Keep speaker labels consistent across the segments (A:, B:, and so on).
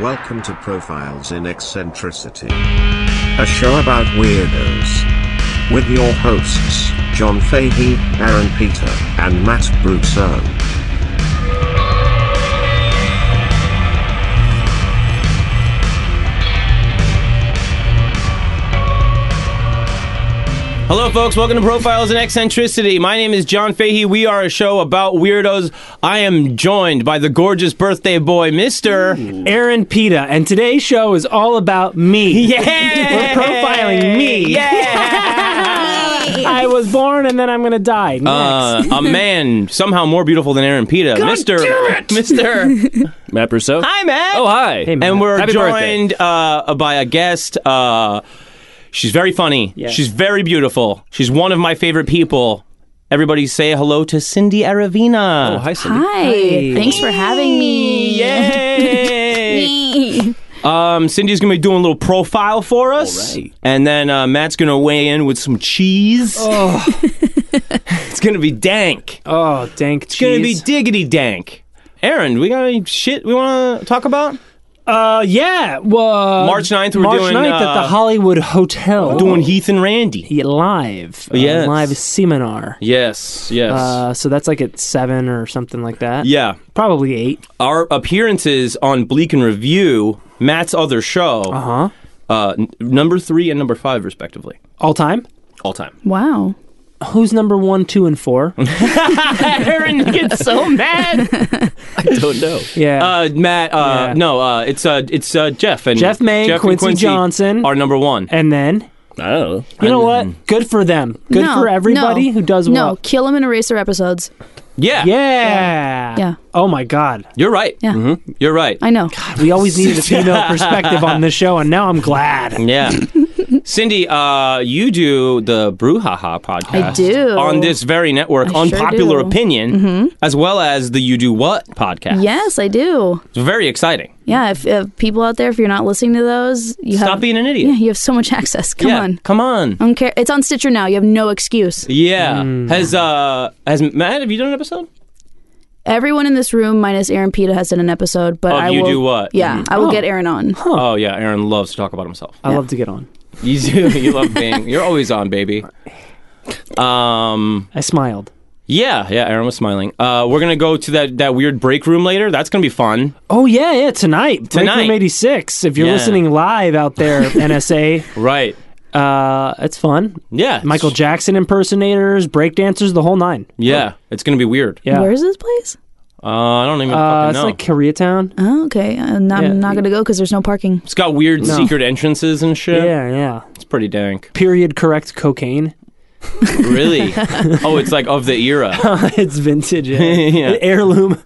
A: Welcome to Profiles in Eccentricity, a show about weirdos. With your hosts, John Fahey, Aaron Peter, and Matt Brousseau.
B: Hello, folks. Welcome to Profiles in Eccentricity. My name is John Fahey. We are a show about weirdos. I am joined by the gorgeous birthday boy, Mister.
C: Aaron Pita, and today's show is all about me.
B: Yeah,
C: We're profiling me.
B: Yeah.
C: I was born and then I'm gonna die. Next.
B: Uh, a man somehow more beautiful than Aaron Pita, Mister. Mister.
D: Matt Brousseau.
B: Hi, Matt.
D: Oh, hi.
C: Hey, Matt.
B: And we're
D: Happy birthday.
B: joined uh, by a guest. Uh, she's very funny.
C: Yeah.
B: She's very beautiful. She's one of my favorite people. Everybody say hello to Cindy Aravina.
D: Oh, hi, Cindy.
E: Hi. Thanks for having me.
B: Yay!
E: Yay.
B: um, Cindy's gonna be doing a little profile for us,
D: Alright.
B: and then uh, Matt's gonna weigh in with some cheese. it's gonna be dank.
C: oh, dank
B: It's gonna be
C: cheese.
B: diggity dank. Aaron, we got any shit we want to talk about?
C: uh, yeah. Well, uh,
B: March 9th, we're
C: March
B: doing,
C: 9th at
B: uh,
C: the Hollywood Hotel.
B: Doing Heath and Randy.
C: Yeah, live. uh,
B: Yes.
C: live seminar.
B: Yes, yes,
C: Uh, so that's like at seven or something like that.
B: yeah.
C: probably eight.
B: Our appearances on Bleak and Review, Matt's other show,
C: Uh huh.
B: uh, n- number three and number five respectively,
C: All time.
B: all time.
E: Wow.
C: Who's number one, two, and four?
B: Aaron gets so mad.
D: I don't know.
C: Yeah.
B: Uh, Matt, uh,
C: Yeah.
B: no, uh, it's uh, it's uh, Jeff and
C: Jeff May,
B: and
C: Quincy Johnson.
B: are number one. Mm-hmm.
C: and then
D: I don't know.
C: you know what? Good for them. Good
E: No,
C: for everybody
E: no,
C: who does
E: No,
C: well.
E: kill him and erase their episodes.
B: Yeah,
C: Yeah.
E: Yeah.
C: Oh my God.
B: you're right. Mm-hmm.
E: Yeah.
B: You're right.
E: I know.
C: We always needed a female perspective on this show, and now I'm glad.
B: Yeah, Cindy, uh, you do the Brouhaha podcast.
E: I do.
B: on this very network,
E: I sure
B: unpopular
E: do. Mm-hmm.
B: opinion, as well as the You Do What podcast.
E: Yes, I do.
B: it's very exciting.
E: Yeah, if, if people out there, if you're not listening to those, you
B: Stop
E: have
B: being an idiot.
E: yeah, you have so much access. Come
B: Yeah,
E: on. Um,
B: come on.
E: I don't care. It's on Stitcher now. You have no excuse.
B: Yeah.
C: Mm.
B: Has uh has Matt have you done an episode?
E: Everyone in this room, minus Aaron Pita, has done an episode. But
B: Of
E: I
B: You
E: will,
B: Do What?
E: Yeah,
B: Mhm.
E: I will
C: Oh.
E: get Aaron on.
B: Oh yeah, Aaron loves to talk about himself.
C: I love to get on.
B: You do. You love being. You're always on, baby. Um.
C: I smiled.
B: Yeah. Yeah. Aaron was smiling. Uh. We're gonna go to that that weird break room later. That's gonna be fun.
C: Oh yeah, yeah. Tonight, Break
B: Tonight.
C: Room 86. If you're
B: Yeah.
C: listening live out there, NSA,
B: Right.
C: uh, it's fun.
B: Yeah.
C: Michael Jackson impersonators, breakdancers, the whole nine.
B: Yeah. It's gonna be weird.
C: Yeah.
E: Where is this place?
B: Uh. I don't even
C: Uh,
B: fucking
C: it's
B: know.
C: like Koreatown.
E: Oh, okay. I'm not,
C: Yeah.
E: I'm not gonna go because there's no parking.
B: it's got weird secret entrances and shit.
C: Yeah, yeah.
B: It's pretty dank.
C: Period correct cocaine.
B: Really. oh, it's like of the era.
C: it's vintage. Yeah.
B: Yeah.
C: Heirloom.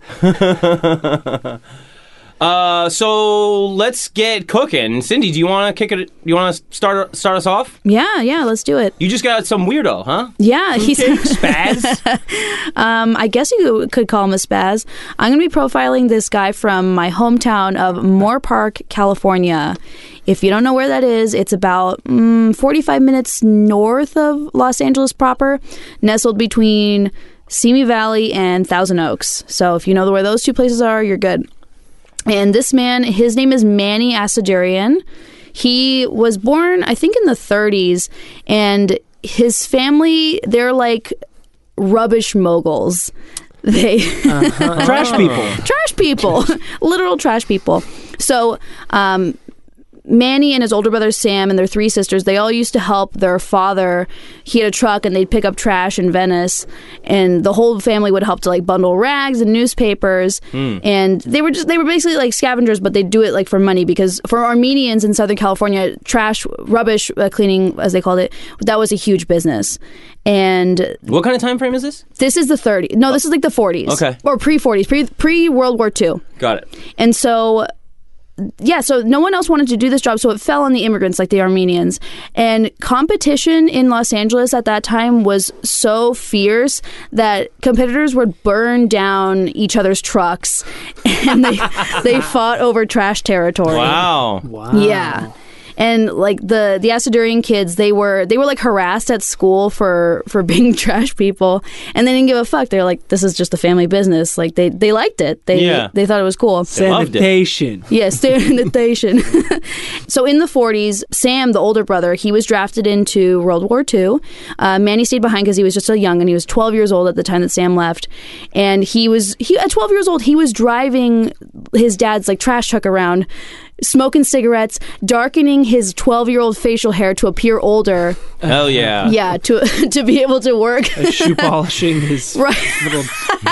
B: Uh. So let's get cooking. Cindy, do you want to kick it? You want to start start us off?
E: Yeah, yeah. Let's do it.
B: You just got some weirdo, huh?
E: Yeah, he's.
B: Spaz.
E: Um, I guess you could call him a spaz. I'm going to be profiling this guy from my hometown of Moore Park, California. If you don't know where that is, it's about mm, 45 minutes north of Los Angeles proper, nestled between Simi Valley and Thousand Oaks. So if you know where those two places are, you're good. And this man, his name is Manny Asadurian. He was born, I think, in the 30s, and his family, they're like rubbish moguls. They
C: Trash people.
E: trash people, literal trash people. So, um, Manny and his older brother Sam and their three sisters, they all used to help their father. He had a truck and they'd pick up trash in Venice, and the whole family would help to like bundle rags and newspapers. And they were just, they were basically like scavengers, but they'd do it like for money because for Armenians in Southern California, trash, rubbish uh, cleaning, as they called it, that was a huge business. And
B: what kind of time frame is this?
E: this is the 30s. No, this is like the 40s.
B: Okay.
E: Or pre 40s, pre pre World War II.
B: Got it.
E: And so yeah, so no one else wanted to do this job, so it fell on the immigrants like the Armenians. And competition in Los Angeles at that time was so fierce that competitors would burn down each other's trucks and they they fought over trash territory.
B: Wow.
C: Wow.
E: Yeah. and like the the Asadurian kids, they were they were like harassed at school for for being trash people, and they didn't give a fuck. They're like, this is just a family business. Like they they liked it. They
B: Yeah.
E: they thought it was cool.
B: loved it.
C: Sanitation.
E: Yeah, sanitation. so in the 40s, Sam, the older brother, he was drafted into World War II. Uh, Manny stayed behind because he was just so young, and he was 12 years old at the time that Sam left. And he was he at 12 years old, he was driving his dad's like trash truck around, smoking cigarettes, darkening his 12 year old facial hair to appear older.
B: Hell yeah.
E: yeah, to to be able to work.
C: Shoe polishing his
E: Right.
C: little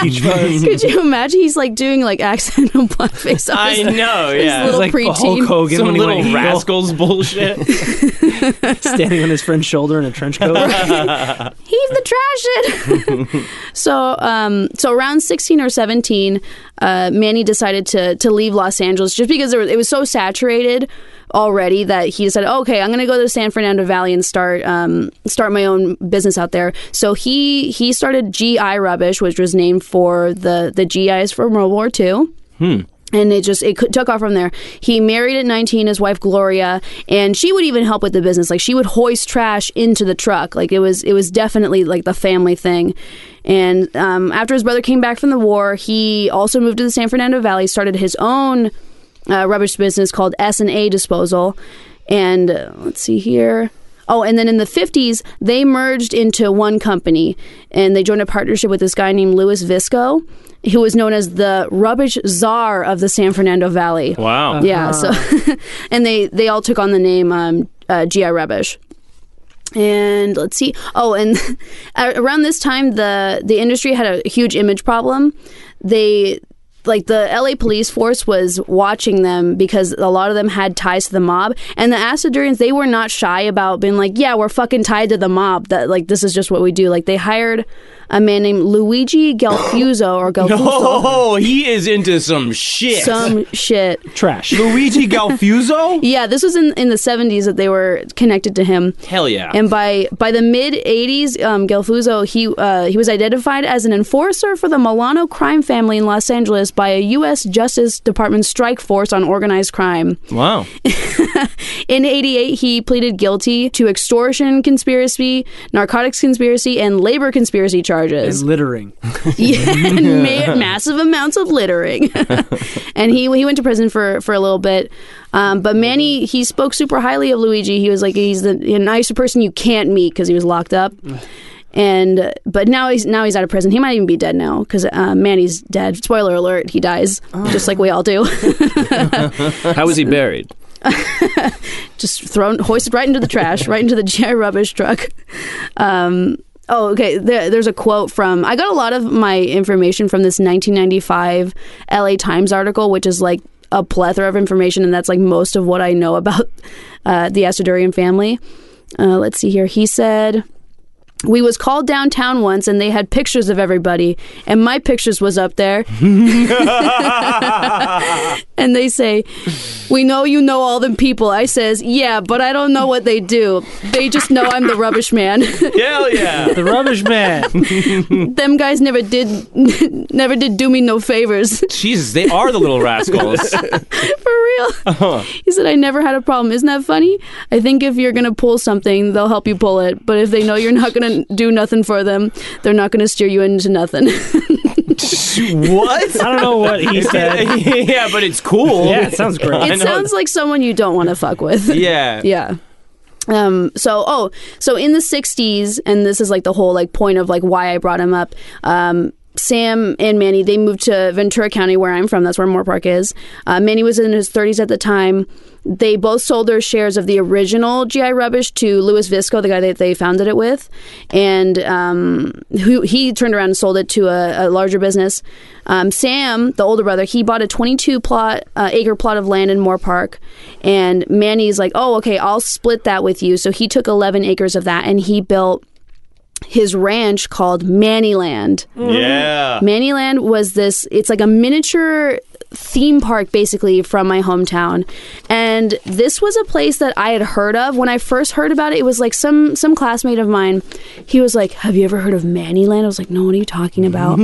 C: peach fuzz.
E: Could you imagine? He's like doing like accidental blackface. on
B: I
E: his-
B: know,
E: his
B: yeah.
E: little
C: like
E: preteen.
C: Hulk Hogan
B: Some
C: when he
B: little
C: went heel,
B: rascals bullshit.
C: standing on his friend's shoulder in a trench coat.
E: heave the trash in. so, um, so around sixteen or seventeen, uh, Manny decided to to leave Los Angeles just because there was, it was so saturated already that he decided, okay, I'm going to go to the San Fernando Valley and start um, start my own business out there. So he he started GI Rubbish, which was named for the the GIs from World War II and it just it cou- took off from there he married at 19 his wife gloria and she would even help with the business like she would hoist trash into the truck like it was it was definitely like the family thing and um, after his brother came back from the war he also moved to the san fernando valley started his own uh, rubbish business called s&a disposal and uh, let's see here Oh, and then in the 50s, they merged into one company and they joined a partnership with this guy named Louis Visco, who was known as the rubbish czar of the San Fernando Valley.
B: Wow.
E: Yeah, so and they they all took on the name um, uh, GI Rubbish. And let's see. Oh, and around this time, the the industry had a huge image problem. They like the LA police force was watching them because a lot of them had ties to the mob, and the Asadurians they were not shy about being like, "Yeah, we're fucking tied to the mob. That like this is just what we do." Like they hired a man named Luigi Galfuso or Galfuso,
B: Oh, he is into some shit.
E: some shit.
C: Trash.
B: Luigi Galfuso?
E: Yeah, this was in, in the 70s that they were connected to him.
B: Hell yeah.
E: And by by the mid 80s, um, Gelfuso he uh, he was identified as an enforcer for the Milano crime family in Los Angeles by a U.S. Justice Department strike force on organized crime.
B: wow.
E: In 88, he pleaded guilty to extortion conspiracy, narcotics conspiracy, and labor conspiracy charges.
C: Is littering.
E: Yeah, and ma- massive amounts of littering. and he he went to prison for for a little bit. Um, but Manny he spoke super highly of Luigi. He was like he's the a nicer person you can't meet because he was locked up. And uh, but now he's now he's out of prison. He might even be dead now because uh, Manny's dead. Spoiler alert: he dies just like we all do,
D: How was he buried?
E: just thrown hoisted right into the trash, right into the GI rubbish truck. Um, oh, okay. There, there's a quote from I got a lot of my information from this 1995 LA Times article, which is like a plethora of information, and that's like most of what I know about uh, the Astrodurian family. Uh, let's see here. He said. We was called downtown once, and they had pictures of everybody, and my pictures was up there. and they say, "We know you know all them people." I says, "Yeah, but I don't know what they do. They just know I'm the rubbish man."
B: Hell yeah.
C: The rubbish man.
E: them guys never did never did do me no favors
B: Jesus, they are the little rascals.
E: for real
B: Uh-huh.
E: he said i never had a problem isn't that funny i think if you're gonna pull something they'll help you pull it but if they know you're not gonna do nothing for them they're not gonna steer you into nothing
B: what?
C: I don't know what he said.
B: yeah, but it's cool.
C: Yeah, it sounds great.
E: it
B: know.
E: sounds like someone you don't want to fuck with
B: Yeah.
E: yeah um so oh so in the 60s and this is like the whole like point of like why i brought him up um Sam and Manny, they moved to Ventura County, where I'm from. That's where Moore Park is. Uh, Manny was in his 30s at the time. They both sold their shares of the original GI Rubbish to Louis Visco, the guy that they founded it with, and um, who he turned around and sold it to a, a larger business. Um, Sam, the older brother, he bought a 22 plot uh, acre plot of land in Moore Park, and Manny's like, "Oh, okay, I'll split that with you." So he took 11 acres of that and he built his ranch called Mannyland.
B: Yeah.
E: Mannyland was this it's like a miniature theme park basically from my hometown. And this was a place that I had heard of. When I first heard about it, it was like some some classmate of mine, he was like, Have you ever heard of Mannyland? I was like, No, what are you talking about?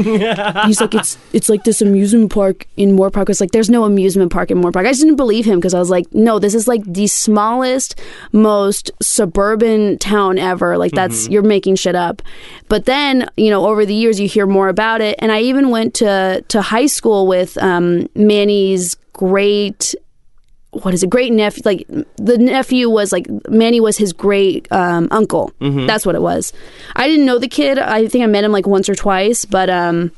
E: He's like, It's it's like this amusement park in Moore Park. I was like, There's no amusement park in Moore Park. I just didn't believe him because I was like, No, this is like the smallest, most suburban town ever. Like that's you're making shit up. But then, you know, over the years you hear more about it. And I even went to to high school with um, Manny's great what is it? Great nephew, like the nephew was like Manny was his great um, uncle. That's what it was. I didn't know the kid. I think I met him like once or twice, but um,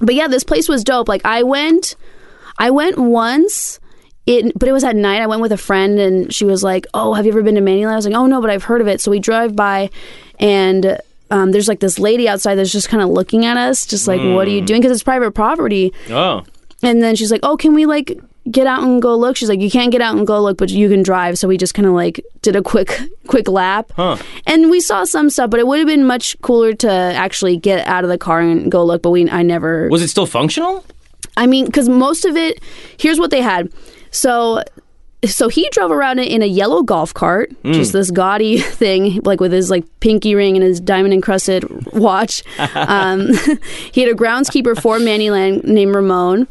E: but yeah, this place was dope. Like I went, I went once. It, but it was at night. I went with a friend, and she was like, "Oh, have you ever been to Manila?" I was like, "Oh no, but I've heard of it." So we drive by, and um, there's like this lady outside that's just kind of looking at us, just like, "What are you doing?" Because it's private property.
B: Oh.
E: And then she's like, "Oh, can we like get out and go look?" She's like, "You can't get out and go look, but you can drive." So we just kind of like did a quick quick lap.
B: Huh.
E: And we saw some stuff, but it would have been much cooler to actually get out of the car and go look, but we I never
B: Was it still functional?
E: I mean, cuz most of it here's what they had. So so he drove around in a yellow golf cart,
C: Hmm.
E: just this gaudy thing, like with his like pinky ring and his diamond encrusted watch. Um, he had a groundskeeper for Mannyland named Ramon,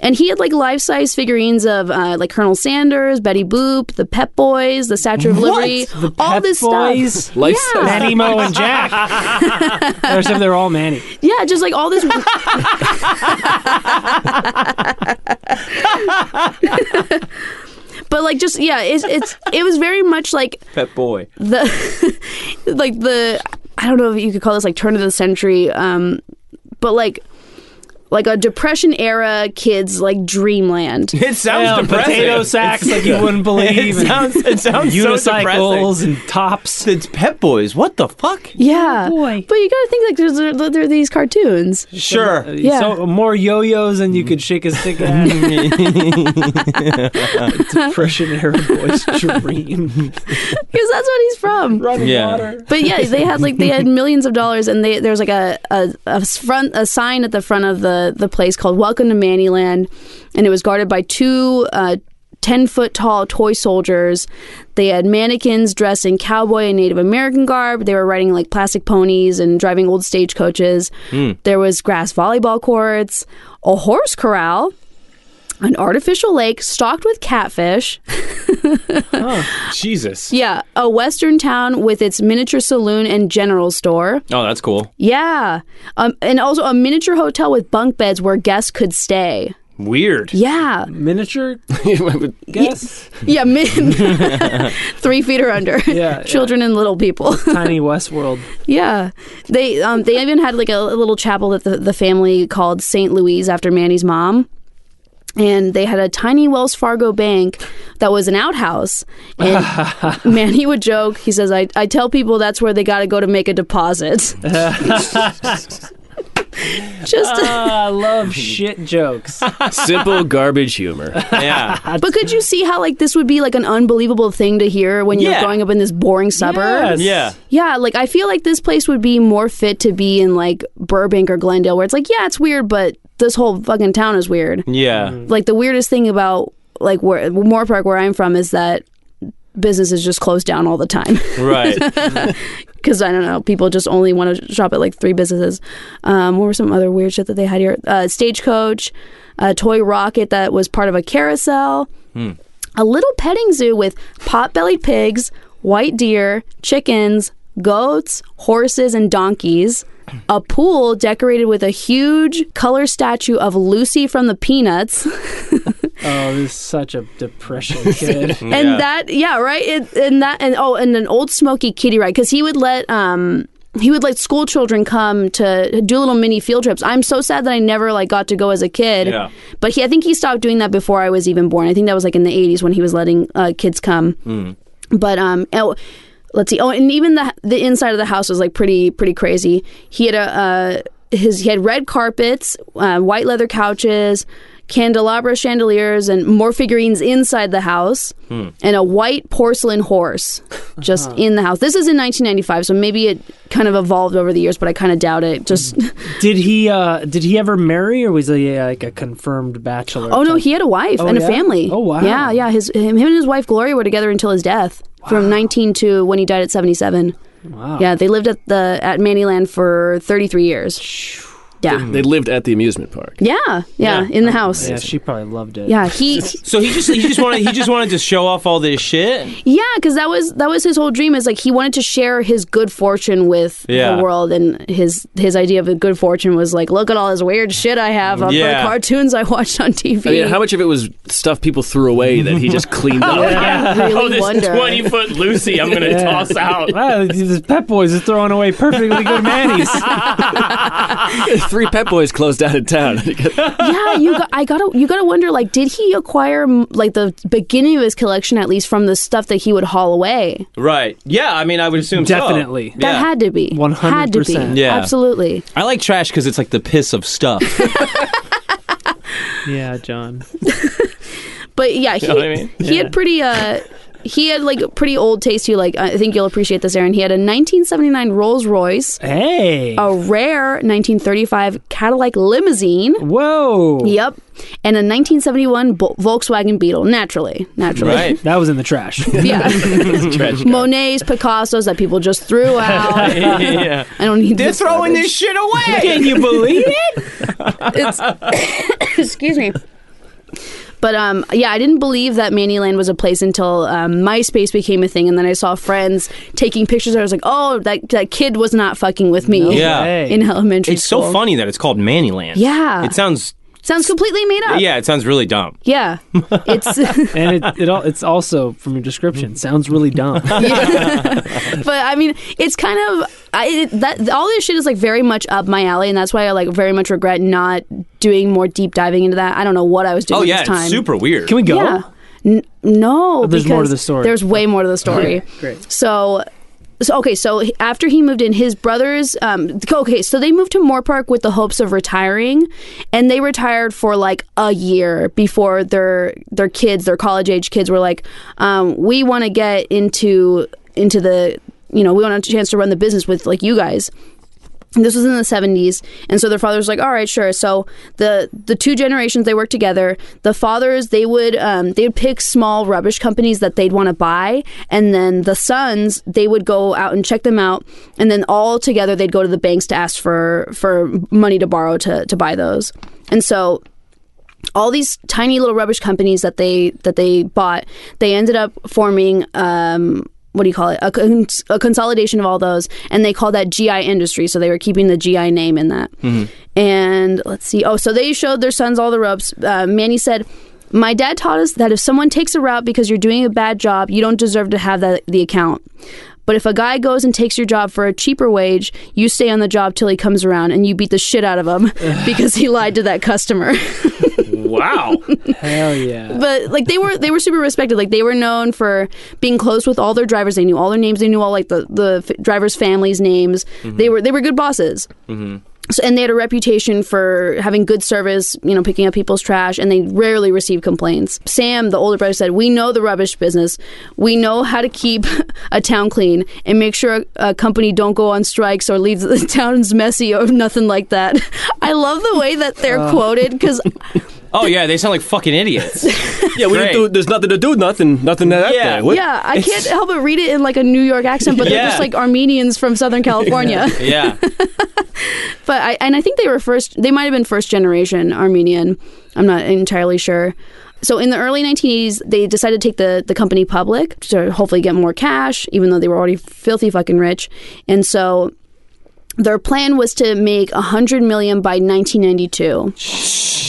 E: and he had like life size figurines of uh, like Colonel Sanders, Betty Boop, the Pep Boys, the Statue of Liberty, all
C: Pep
E: this stuff.
C: Boys,
D: Life
E: Yeah.
D: size.
C: Manny, Mo, and Jack. or if they're all Manny.
E: Yeah, just like all this. but like just yeah, it's it's it was very much like
B: Pet boy.
E: the like the I don't know if you could call this like turn of the century, um, but like like a depression era kids like dreamland.
B: It sounds
C: Yeah,
B: depressing.
C: potato sacks like you wouldn't
B: It
C: believe. and
B: sounds, it sounds so depressing.
C: unicycles and tops.
B: It's Pet Boys. What the fuck?
E: Yeah,
C: boy.
E: Oh, but you gotta think like there's there, there are these cartoons.
B: Sure.
E: Yeah.
C: Uh, So more yo-yos than you could shake a stick at. Depression era boys dream.
E: Because that's what he's from.
C: Running
B: Yeah.
C: water.
E: But yeah, they had like they had millions of dollars, and they there's like a, a, a front a sign at the front of the the place called "Welcome to Mannyland," and it was guarded by two uh, ten foot tall toy soldiers. They had mannequins dressed in cowboy and Native American garb. They were riding like plastic ponies and driving old stagecoaches. There was grass volleyball courts, a horse corral. An artificial lake stocked with catfish,
D: Jesus.
E: yeah, a western town with its miniature saloon and general store,
B: Oh, that's cool.
E: yeah. Um, and also a miniature hotel with bunk beds where guests could stay.
B: Weird.
E: Yeah.
C: Miniature guess.
E: Yeah. min- three feet or under.
C: Yeah,
E: Children and little people.
C: Tiny Westworld.
E: yeah. They um, they even had like a, a little chapel that the, the family called St. Louise after Manny's mom. And they had a tiny Wells Fargo bank that was an outhouse. And Manny would joke. He says, I, I tell people that's where they got to go to make a deposit. Just.
C: Ah, I love shit jokes.
D: Simple garbage humor.
B: Yeah.
E: But could you see how like this would be like an unbelievable thing to hear when you're
B: Yeah.
E: growing up in this boring suburb?
C: Yes.
B: yeah.
E: Yeah, like I feel like this place would be more fit to be in like Burbank or Glendale where it's like, yeah, it's weird, but this whole fucking town is weird.
B: Yeah.
E: Like the weirdest thing about like where Moore Park where I'm from is that businesses just close down all the time
B: Right.
E: because I don't know, people just only want to shop at like three businesses. Um, what were some other weird shit that they had here? Uh, Stagecoach, a toy rocket that was part of a carousel, a little petting zoo with pot-bellied pigs, white deer, chickens, goats, horses, and donkeys. A pool decorated with a huge color statue of Lucy from the Peanuts.
C: Oh, this is such a depression kid.
E: and
B: Yeah.
E: that yeah right it, and that and oh and an old smoky kitty ride because he would let um he would let school children come to do little mini field trips i'm so sad that i never like got to go as a kid
B: Yeah.
E: but he i think he stopped doing that before i was even born i think that was like in the 80s when he was letting uh, kids come but um oh let's see oh and even the the inside of the house was like pretty pretty crazy he had a uh his he had red carpets uh, white leather couches candelabra chandeliers and more figurines inside the house, and a white porcelain horse just in the house. This is in 1995, so maybe it kind of evolved over the years, but I kind of doubt it. Just
C: Did he? Uh, did he ever marry, or was he uh, like a confirmed bachelor?
E: oh no,
C: type?
E: he had a wife
C: Oh,
E: and a
C: yeah?
E: family.
C: Oh, wow.
E: Yeah, yeah. His him, him and his wife Gloria were together until his death, from 19 to when he died at 77.
C: Wow.
E: Yeah, they lived at the at Mannyland for 33 years. Yeah.
D: They lived at the amusement park.
E: Yeah, yeah, in the house.
C: Yeah, she probably loved it.
E: Yeah, he
B: So he just he just wanted he just wanted to show off all this shit.
E: yeah, cuz that was that was his whole dream is like he wanted to share his good fortune with
B: Yeah.
E: the world and his his idea of a good fortune was like look at all this weird shit I have on
B: Yeah.
E: the cartoons I watched on TV.
D: I mean, how much of it was stuff people threw away that he just cleaned up?
E: I really
B: Oh,
E: wonder.
D: foot Lucy, I'm gonna toss out.
C: Wow, this Pep Boys is throwing away perfectly good Manny's.
D: Three Pep Boys closed down in town.
E: yeah, you got, I gotta you gotta wonder like did he acquire m- like the beginning of his collection at least from the stuff that he would haul away?
B: Right. Yeah, I mean I would assume so.
C: Definitely.
E: That
B: Yeah.
E: had to be had to be
C: 100%.
B: Yeah.
E: absolutely.
B: I like trash cuz it's like the piss of stuff.
C: yeah, John.
E: But yeah, he,
B: know what I mean?
E: he had pretty uh he had like pretty old taste. You like I think you'll appreciate this, Aaron. He had a 1979 Rolls Royce,
C: Hey.
E: a rare 1935 Cadillac limousine.
C: Whoa.
E: Yep, and a 1971 Bo- Volkswagen Beetle. Naturally, naturally.
B: right.
C: That was in the trash.
E: Yeah,
D: Trash can.
E: Monets, Picassos that people just threw out.
B: yeah.
E: I don't need.
B: They're
E: this
B: throwing
E: garbage.
B: this shit away. Can you believe it?
E: Excuse me. But um, yeah, I didn't believe that Mannyland was a place until um, MySpace became a thing, and then I saw friends taking pictures. I was like, "Oh, that that kid was not fucking with me."
B: Yeah.
C: Hey.
E: in elementary
B: It's
E: school.
B: so funny that it's called Mannyland.
E: Yeah.
B: It sounds
E: Sounds completely made up.
B: Yeah, it sounds really dumb.
E: Yeah. It's
C: and it, it all, it's also from your description sounds really dumb.
E: but I mean, it's kind of I it, that all this shit is like very much up my alley and that's why I like very much regret not doing more deep diving into that. I don't know what I was doing
B: Oh
E: at
B: yeah,
E: this time.
B: it's super weird.
C: Can we go?
E: Yeah. N- no,
C: Oh, there's more to
E: because
C: the story.
E: There's way more to the story.
C: Great.
E: So, so okay, so he- after he moved in, his brothers, um, okay, so they moved to Moore Park with the hopes of retiring, and they retired for like a year before their their kids, their college age kids, were like, um, we want to get into into the you know we want a chance to run the business with like you guys this was in the 70s and so their father was like all right sure so the the two generations they worked together the fathers they would um, they would pick small rubbish companies that they'd want to buy and then the sons they would go out and check them out and then all together they'd go to the banks to ask for for money to borrow to to buy those and so all these tiny little rubbish companies that they that they bought they ended up forming um what do you call it a, cons- a consolidation of all those and they called that gi industry so they were keeping the gi name in that and let's see oh so they showed their sons all the ropes uh, manny said my dad taught us that if someone takes a route because you're doing a bad job you don't deserve to have that the account but if a guy goes and takes your job for a cheaper wage, you stay on the job till he comes around and you beat the shit out of him because he lied to that customer.
D: wow.
C: Hell yeah.
E: but like they were they were super respected like they were known for being close with all their drivers they knew all their names they knew all like the the f- drivers families names they were they were good bosses so, and they had a reputation for having good service, you know, picking up people's trash, and they rarely received complaints. Sam, the older brother, said, We know the rubbish business. We know how to keep a town clean and make sure a, a company don't go on strikes or leaves the town's messy or nothing like that. I love the way that they're quoted because
B: Oh yeah, they sound like fucking idiots.
D: Yeah, we didn't
B: Great.
D: do, there's nothing to do, nothing, nothing to that
B: Yeah.
D: there. What-
E: Yeah, I can't help but read it in like a New York accent, but they're
B: Yeah.
E: just like Armenians from Southern California.
B: yeah.
E: but I and I think they were first. They might have been first generation Armenian. I'm not entirely sure. So in the early 1980s, they decided to take the, the company public to hopefully get more cash, even though they were already filthy fucking rich. And so their plan was to make 100 million by 1992.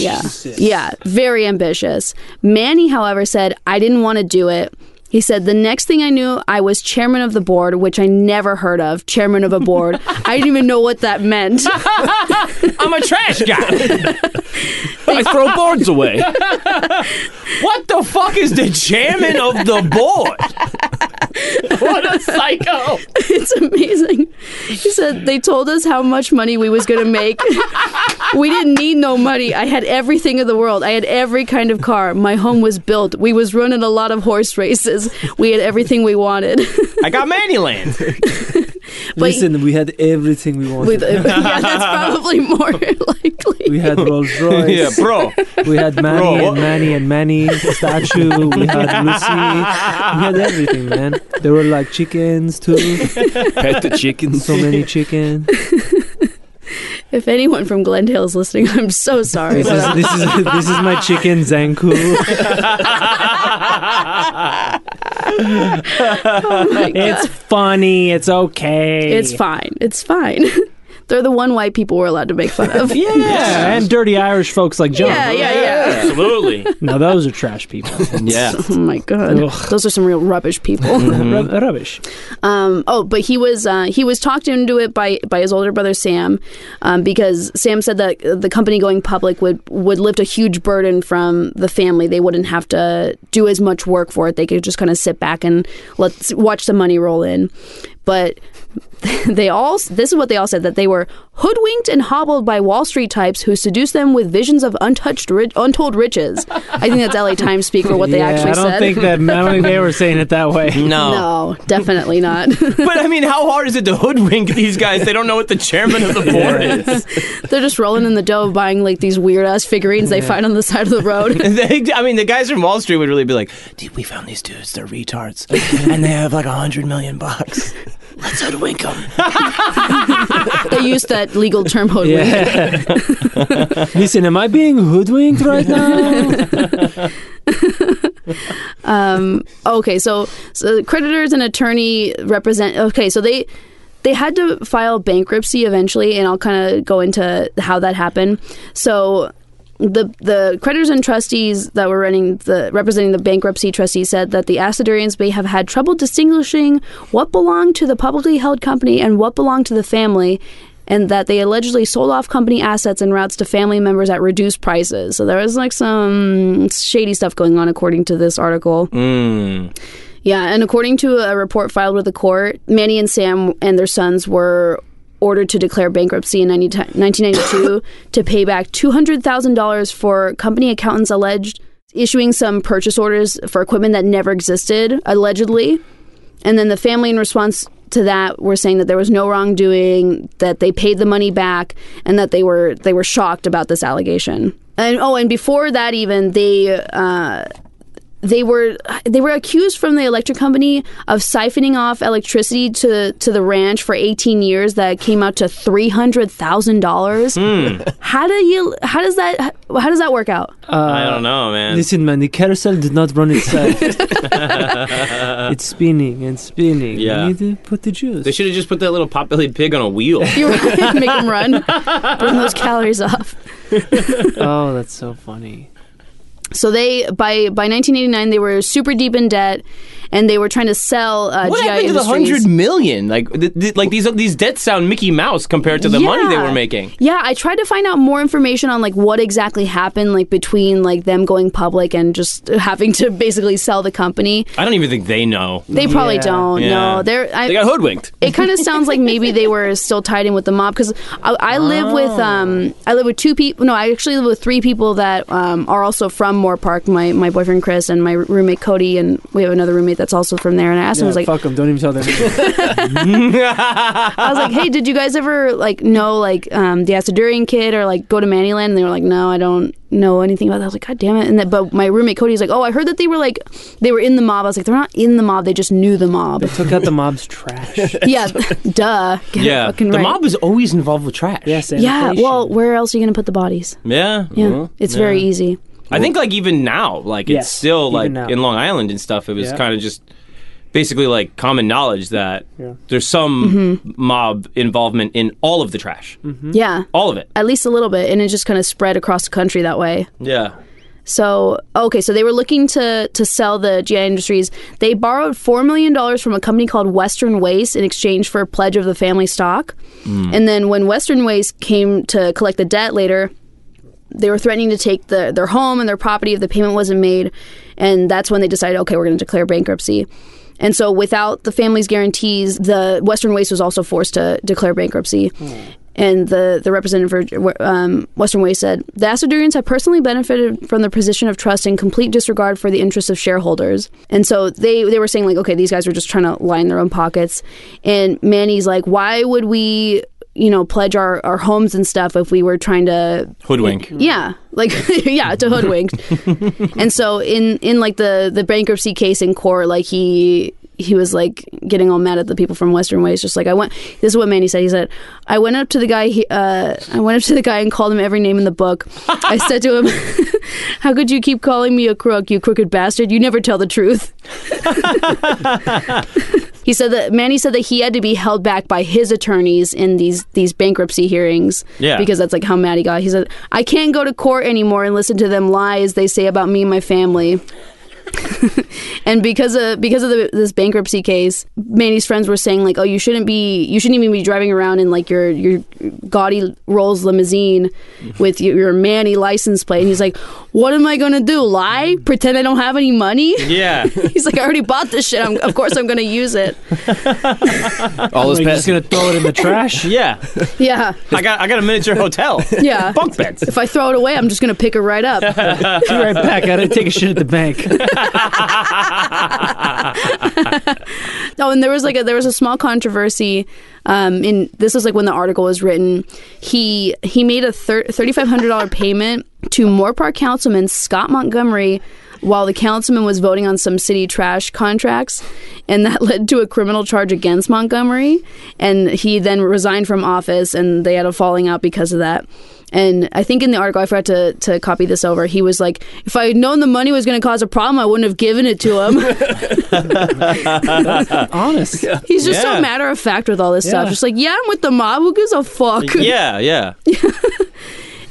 E: Yeah. Yeah. Very ambitious. Manny, however, said, I didn't want to do it. He said, the next thing I knew, I was chairman of the board, which I never heard of. Chairman of a board. I didn't even know what that meant.
B: I'm a trash guy.
D: I throw boards away.
B: What the fuck is the chairman of the board?
F: what a psycho.
E: It's amazing. He said they told us how much money we was gonna make. we didn't need no money. I had everything in the world. I had every kind of car. My home was built. We was running a lot of horse races. We had everything we wanted.
B: I got Mannyland.
G: Listen, we had everything we
E: With,
G: wanted.
E: yeah, that's probably more likely.
G: We had Rolls
B: yeah,
G: Royce.
B: bro.
G: We had Manny
B: Bro, what-
G: and Manny and Manny statue. We had Lucy. We had everything, man. There were like chickens too.
D: Pet the chickens.
G: So many chickens.
E: If anyone from Glendale is listening, I'm so sorry.
G: This is this is this is my chicken Zanku.
E: Oh my God.
C: It's funny. It's okay.
E: It's fine. It's fine. They're the one white people we're allowed to make fun of.
C: Yeah, and dirty Irish folks like John.
E: yeah, yeah, yeah.
B: Absolutely.
C: Now those are trash people.
B: Yeah.
E: Oh my god, those are some real rubbish people.
D: Mm-hmm.
C: Rub- rubbish.
E: um, oh, but he was uh, he was talked into it by by his older brother Sam, um, because Sam said that uh, the company going public would would lift a huge burden from the family. They wouldn't have to do as much work for it. They could just kind of sit back and let's watch the money roll in. But they all this is what they all said that they were hoodwinked and hobbled by Wall Street types who seduced them with visions of untouched ri- untold riches. I think that's LA Times speak for what they
C: yeah,
E: actually
C: I don't
E: said.
C: think that. I don't think they were saying it that way.
B: No.
E: No, definitely not.
B: But I mean, how hard is it to hoodwink these guys? They don't know what the chairman of the board is.
E: They're just rolling in the dough, buying like these weird ass figurines they find on the side of the road.
B: They, I mean, the guys from Wall Street would really be like, dude, we found these dudes. They're retards. and they have like a hundred million bucks. Let's hoodwink them.
E: they use that legal term hoodwink.
G: Yeah. Listen, am I being hoodwinked right now?
E: Um, okay, so, so creditors and attorney represent. Okay, so they they had to file bankruptcy eventually, and I'll kind of go into how that happened. So the the creditors and trustees that were running the representing the bankruptcy trustee said that the Asadurians may have had trouble distinguishing what belonged to the publicly held company and what belonged to the family. And that they allegedly sold off company assets and routes to family members at reduced prices. So there was like some shady stuff going on, according to this article. Yeah, and according to a report filed with the court, Manny and Sam and their sons were ordered to declare bankruptcy in 90, 1992 to pay back $200,000 for company accountants alleged issuing some purchase orders for equipment that never existed, allegedly. And then the family, in response to that, were saying that there was no wrongdoing, that they paid the money back, and that they were they were shocked about this allegation. And oh, and before that, even they uh, they were they were accused from the electric company of siphoning off electricity to to the ranch for 18 years that came out to three hundred thousand dollars. How do you how does that how does that work out?
B: I don't know, man.
G: Listen, man, the carousel did not run itself. it's spinning and spinning.
B: Yeah.
G: You need to put the juice.
B: They should have just put that little pot-bellied pig on a wheel.
E: You're right. Make them run, burn those calories off.
G: oh, that's so funny.
E: So they by by 1989 they were super deep in debt, and they were trying to sell uh,
B: What
E: GI
B: happened to the
E: Industries.
B: hundred million? Like, th- th- like these these debts sound Mickey Mouse compared to the money they
E: Yeah.
B: were making.
E: Yeah, I tried to find out more information on like what exactly happened like between like them going public and just having to basically sell the company.
B: I don't even think they know.
E: They probably
C: Yeah.
E: don't.
B: Yeah.
E: No, they're. I,
B: They got hoodwinked.
E: it kind of sounds like maybe they were still tied in with the mob because I, I live with um I live with two people. No, I actually live with three people that um, are also from Moore Park. My my boyfriend Chris and my roommate Cody, and we have another roommate that's also from there. And I asked him, I
G: Yeah,
E: was like,
G: fuck them. Don't even tell them.
E: I was like, hey, did you guys ever like know like um, the Asadurian kid or like go to Mannyland? And they were like, no, I don't know anything about that. I was like, god damn it. And that, but my roommate Cody's like, oh, I heard that they were like they were in the mob. I was like, they're not in the mob. They just knew the mob.
G: Took out the mob's trash.
E: yeah, duh. Get it
B: Yeah,
E: fucking
B: the
E: right.
B: mob is always involved with trash.
G: Yes.
E: Yeah,
G: sanitation.
E: well, where else are you going to put the bodies?
B: Yeah.
E: Yeah,
B: Mhm.
E: it's very easy.
B: I think like even now, like
C: Yes,
B: it's still
C: even
B: like
C: now.
B: in Long Island and stuff. It was
C: Yeah.
B: kind of just basically like common knowledge that
C: Yeah.
B: there's some mob involvement in all of the trash,
E: Yeah,
B: all of it.
E: at least a little bit, and it just kind of spread across the country that way.
B: Yeah.
E: So okay, so they were looking to to sell the GI Industries. They borrowed four million dollars from a company called Western Waste in exchange for a pledge of the family stock. And then when Western Waste came to collect the debt later, they were threatening to take the, their home and their property if the payment wasn't made. And that's when they decided, okay, we're going to declare bankruptcy. And so, without the family's guarantees, the Western Waste was also forced to declare bankruptcy. And the, the representative for um, Western Waste said the Asadurians have personally benefited from their position of trust and complete disregard for the interests of shareholders. And so they, they were saying, like, okay, these guys are just trying to line their own pockets. And Manny's like, why would we, you know, pledge our, our homes and stuff if we were trying to
B: Hoodwink.
E: yeah like yeah to hoodwink and so in in like the the bankruptcy case in court like he he was like getting all mad at the people from Western Ways, just like I went. This is what Manny said. He said, "I went up to the guy. He, uh, I went up to the guy and called him every name in the book. I said to him, "How could you keep calling me a crook, you crooked bastard? You never tell the truth." He said that Manny said that he had to be held back by his attorneys in these these bankruptcy hearings.
B: Yeah.
E: Because that's like how mad he got. He said, I can't go to court anymore and listen to them lie as they say about me and my family. and because of because of the, this bankruptcy case, Manny's friends were saying like, "Oh, you shouldn't be, you shouldn't even be driving around in like your your gaudy Rolls limousine with your, your Manny license plate." And he's like, "What am I gonna do? Lie? Pretend I don't have any money?"
B: Yeah.
E: He's like, "I already bought this shit. I'm, of course, I'm gonna use it."
D: All his
G: Like,
D: pets.
G: just gonna throw it in the trash.
B: Yeah.
E: Yeah,
B: I got I got a miniature hotel.
E: yeah.
B: Bunk beds.
E: If I throw it away, I'm just gonna pick it right up.
G: Be right back. I gotta take a shit at the bank.
E: oh, and there was like a, there was a small controversy. Um, in this was like when the article was written. He he made a thir- thirty five hundred dollar payment to Moore Park Councilman Scott Montgomery while the councilman was voting on some city trash contracts, and that led to a criminal charge against Montgomery. And he then resigned from office, and they had a falling out because of that. And I think in the article, I forgot to, to copy this over. He was like, if I had known the money was going to cause a problem, I wouldn't have given it to him.
G: Honest.
E: He's just
B: Yeah.
E: so matter of fact with all this stuff.
G: Yeah.
E: Just like, yeah, I'm with the mob. Who gives a fuck?
B: Yeah, yeah.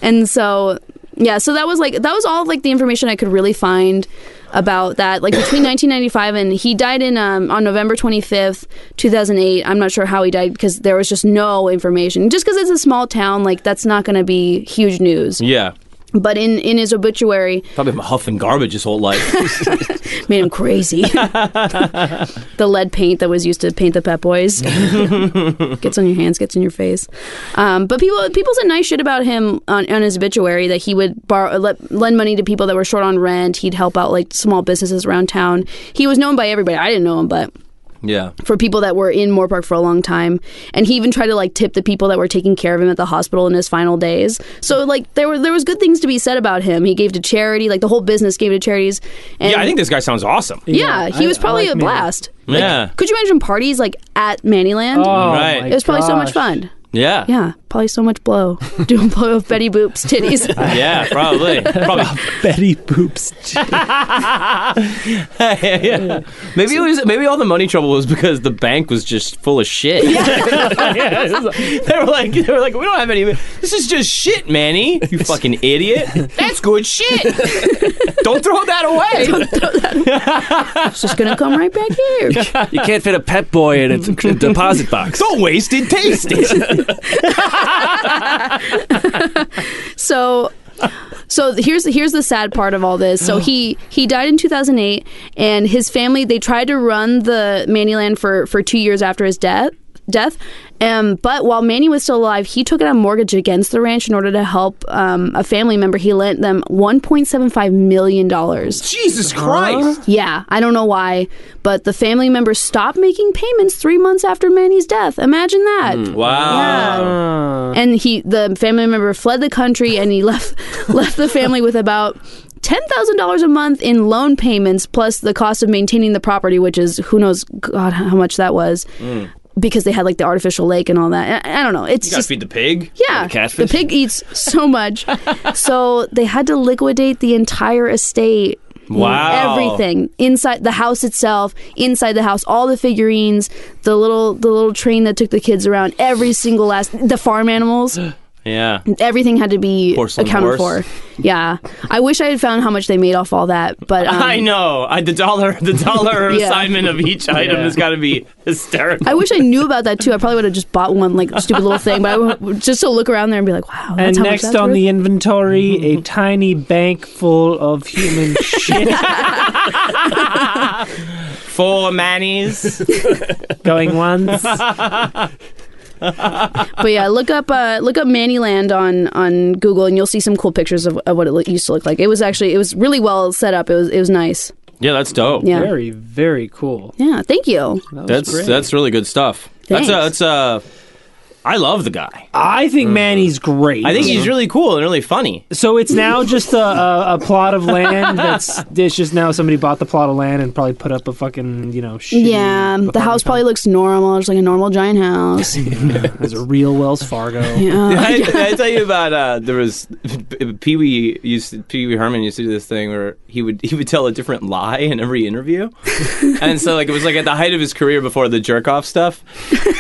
E: And so, yeah, so that was like, that was all like the information I could really find about that. Like between 1995 and he died in, um, on November 25th, 2008. I'm not sure how he died because there was just no information. Just because it's a small town, like, that's not going to be huge news.
B: Yeah.
E: But in, in his obituary,
B: Probably been huffing garbage his whole life.
E: made him crazy. the lead paint that was used to paint the Pep Boys gets on your hands, gets in your face. Um, but people people said nice shit about him on, on his obituary that he would borrow uh, let, lend money to people that were short on rent. He'd help out like small businesses around town. He was known by everybody. I didn't know him, but
B: yeah.
E: for people that were in Moore Park for a long time. And he even tried to like tip the people that were taking care of him at the hospital in his final days. So like there were there was good things to be said about him. He gave to charity, like the whole business gave to charities. And
B: Yeah, I think this guy sounds awesome.
E: yeah,
G: Yeah,
E: he
G: I-
E: was
G: I
E: probably
G: like
E: a
G: Manny.
E: blast. Like,
B: Yeah.
E: could you imagine parties like at Mannyland?
G: Oh,
B: Right.
G: my
E: it was probably so much
G: gosh.
E: fun.
B: Yeah.
E: Yeah, probably so much blow. Doing blow of Betty Boop's titties.
B: Yeah, probably. probably.
G: Betty poops.
B: yeah, yeah. Maybe it was maybe all the money trouble was because the bank was just full of shit. they were like they were like we don't have any this is just shit, Manny. You fucking idiot. That's good shit. don't throw that away.
E: it's just gonna come right back here.
D: You can't fit a pet boy in a, a deposit box.
B: Don't waste it, taste it.
E: So. So here's here's the sad part of all this. So he he died in 2008, and his family they tried to run the Mannyland for for two years after his death death. Um, but while Manny was still alive, he took out a mortgage against the ranch in order to help um, a family member. He lent them 1.75 million dollars.
B: Jesus Christ.
E: Yeah, I don't know why, but the family member stopped making payments three months after Manny's death. Imagine that.
B: Wow.
E: And he, the family member, fled the country, and he left left the family with about ten thousand dollars a month in loan payments, plus the cost of maintaining the property, which is who knows God how much that was, because they had like the artificial lake and all that. I, I don't know. It's
B: Mm. You gotta
E: just
B: feed the pig.
E: yeah,
D: the catfish?
E: pig eats so much, so they had to liquidate the entire estate.
B: Wow.
E: Everything inside the house itself, inside the house, all the figurines, the little the little train that took the kids around, every single last the farm animals,
B: Yeah.
E: everything had to be
B: Porcelain
E: accounted
B: horse.
E: for. Yeah, I wish I had found how much they made off all that, but um,
B: I know. I, the dollar the dollar
E: Yeah.
B: assignment of each item has gotta be hysterical.
E: I wish I knew about that too. I probably would have just bought one like stupid little thing, but I would, just to look around there and be like, wow.
G: And
E: that's how much
G: next
E: that's
G: on
E: worth?
G: the inventory, a tiny bank full of human shit.
B: Four Mannies.
C: Going once. That's
E: But yeah, look up uh, look up Mannyland on on Google, and you'll see some cool pictures of, of what it lo- used to look like. It was actually it was really well set up. It was it was nice.
B: yeah, that's dope.
E: Yeah,
C: very, very cool.
E: yeah. Thank you.
C: That was
B: that's
C: great.
B: that's really good stuff.
E: Thanks.
B: That's a, that's a, I love the guy.
C: I think Manny's great.
B: Mm-hmm. I think he's really cool and really funny.
C: So it's now just a, a, a plot of land that's it's just now somebody bought the plot of land and probably put up a fucking you know shitty
E: Yeah, the
C: apartment
E: house probably looks normal, just like a normal giant house.
C: complex. It's a real Wells Fargo.
E: Yeah.
B: I, did I tell you about uh, there was Pee Wee used to- Pee Wee Herman used to do this thing where he would he would tell a different lie in every interview, and so like it was like at the height of his career before the jerk off stuff,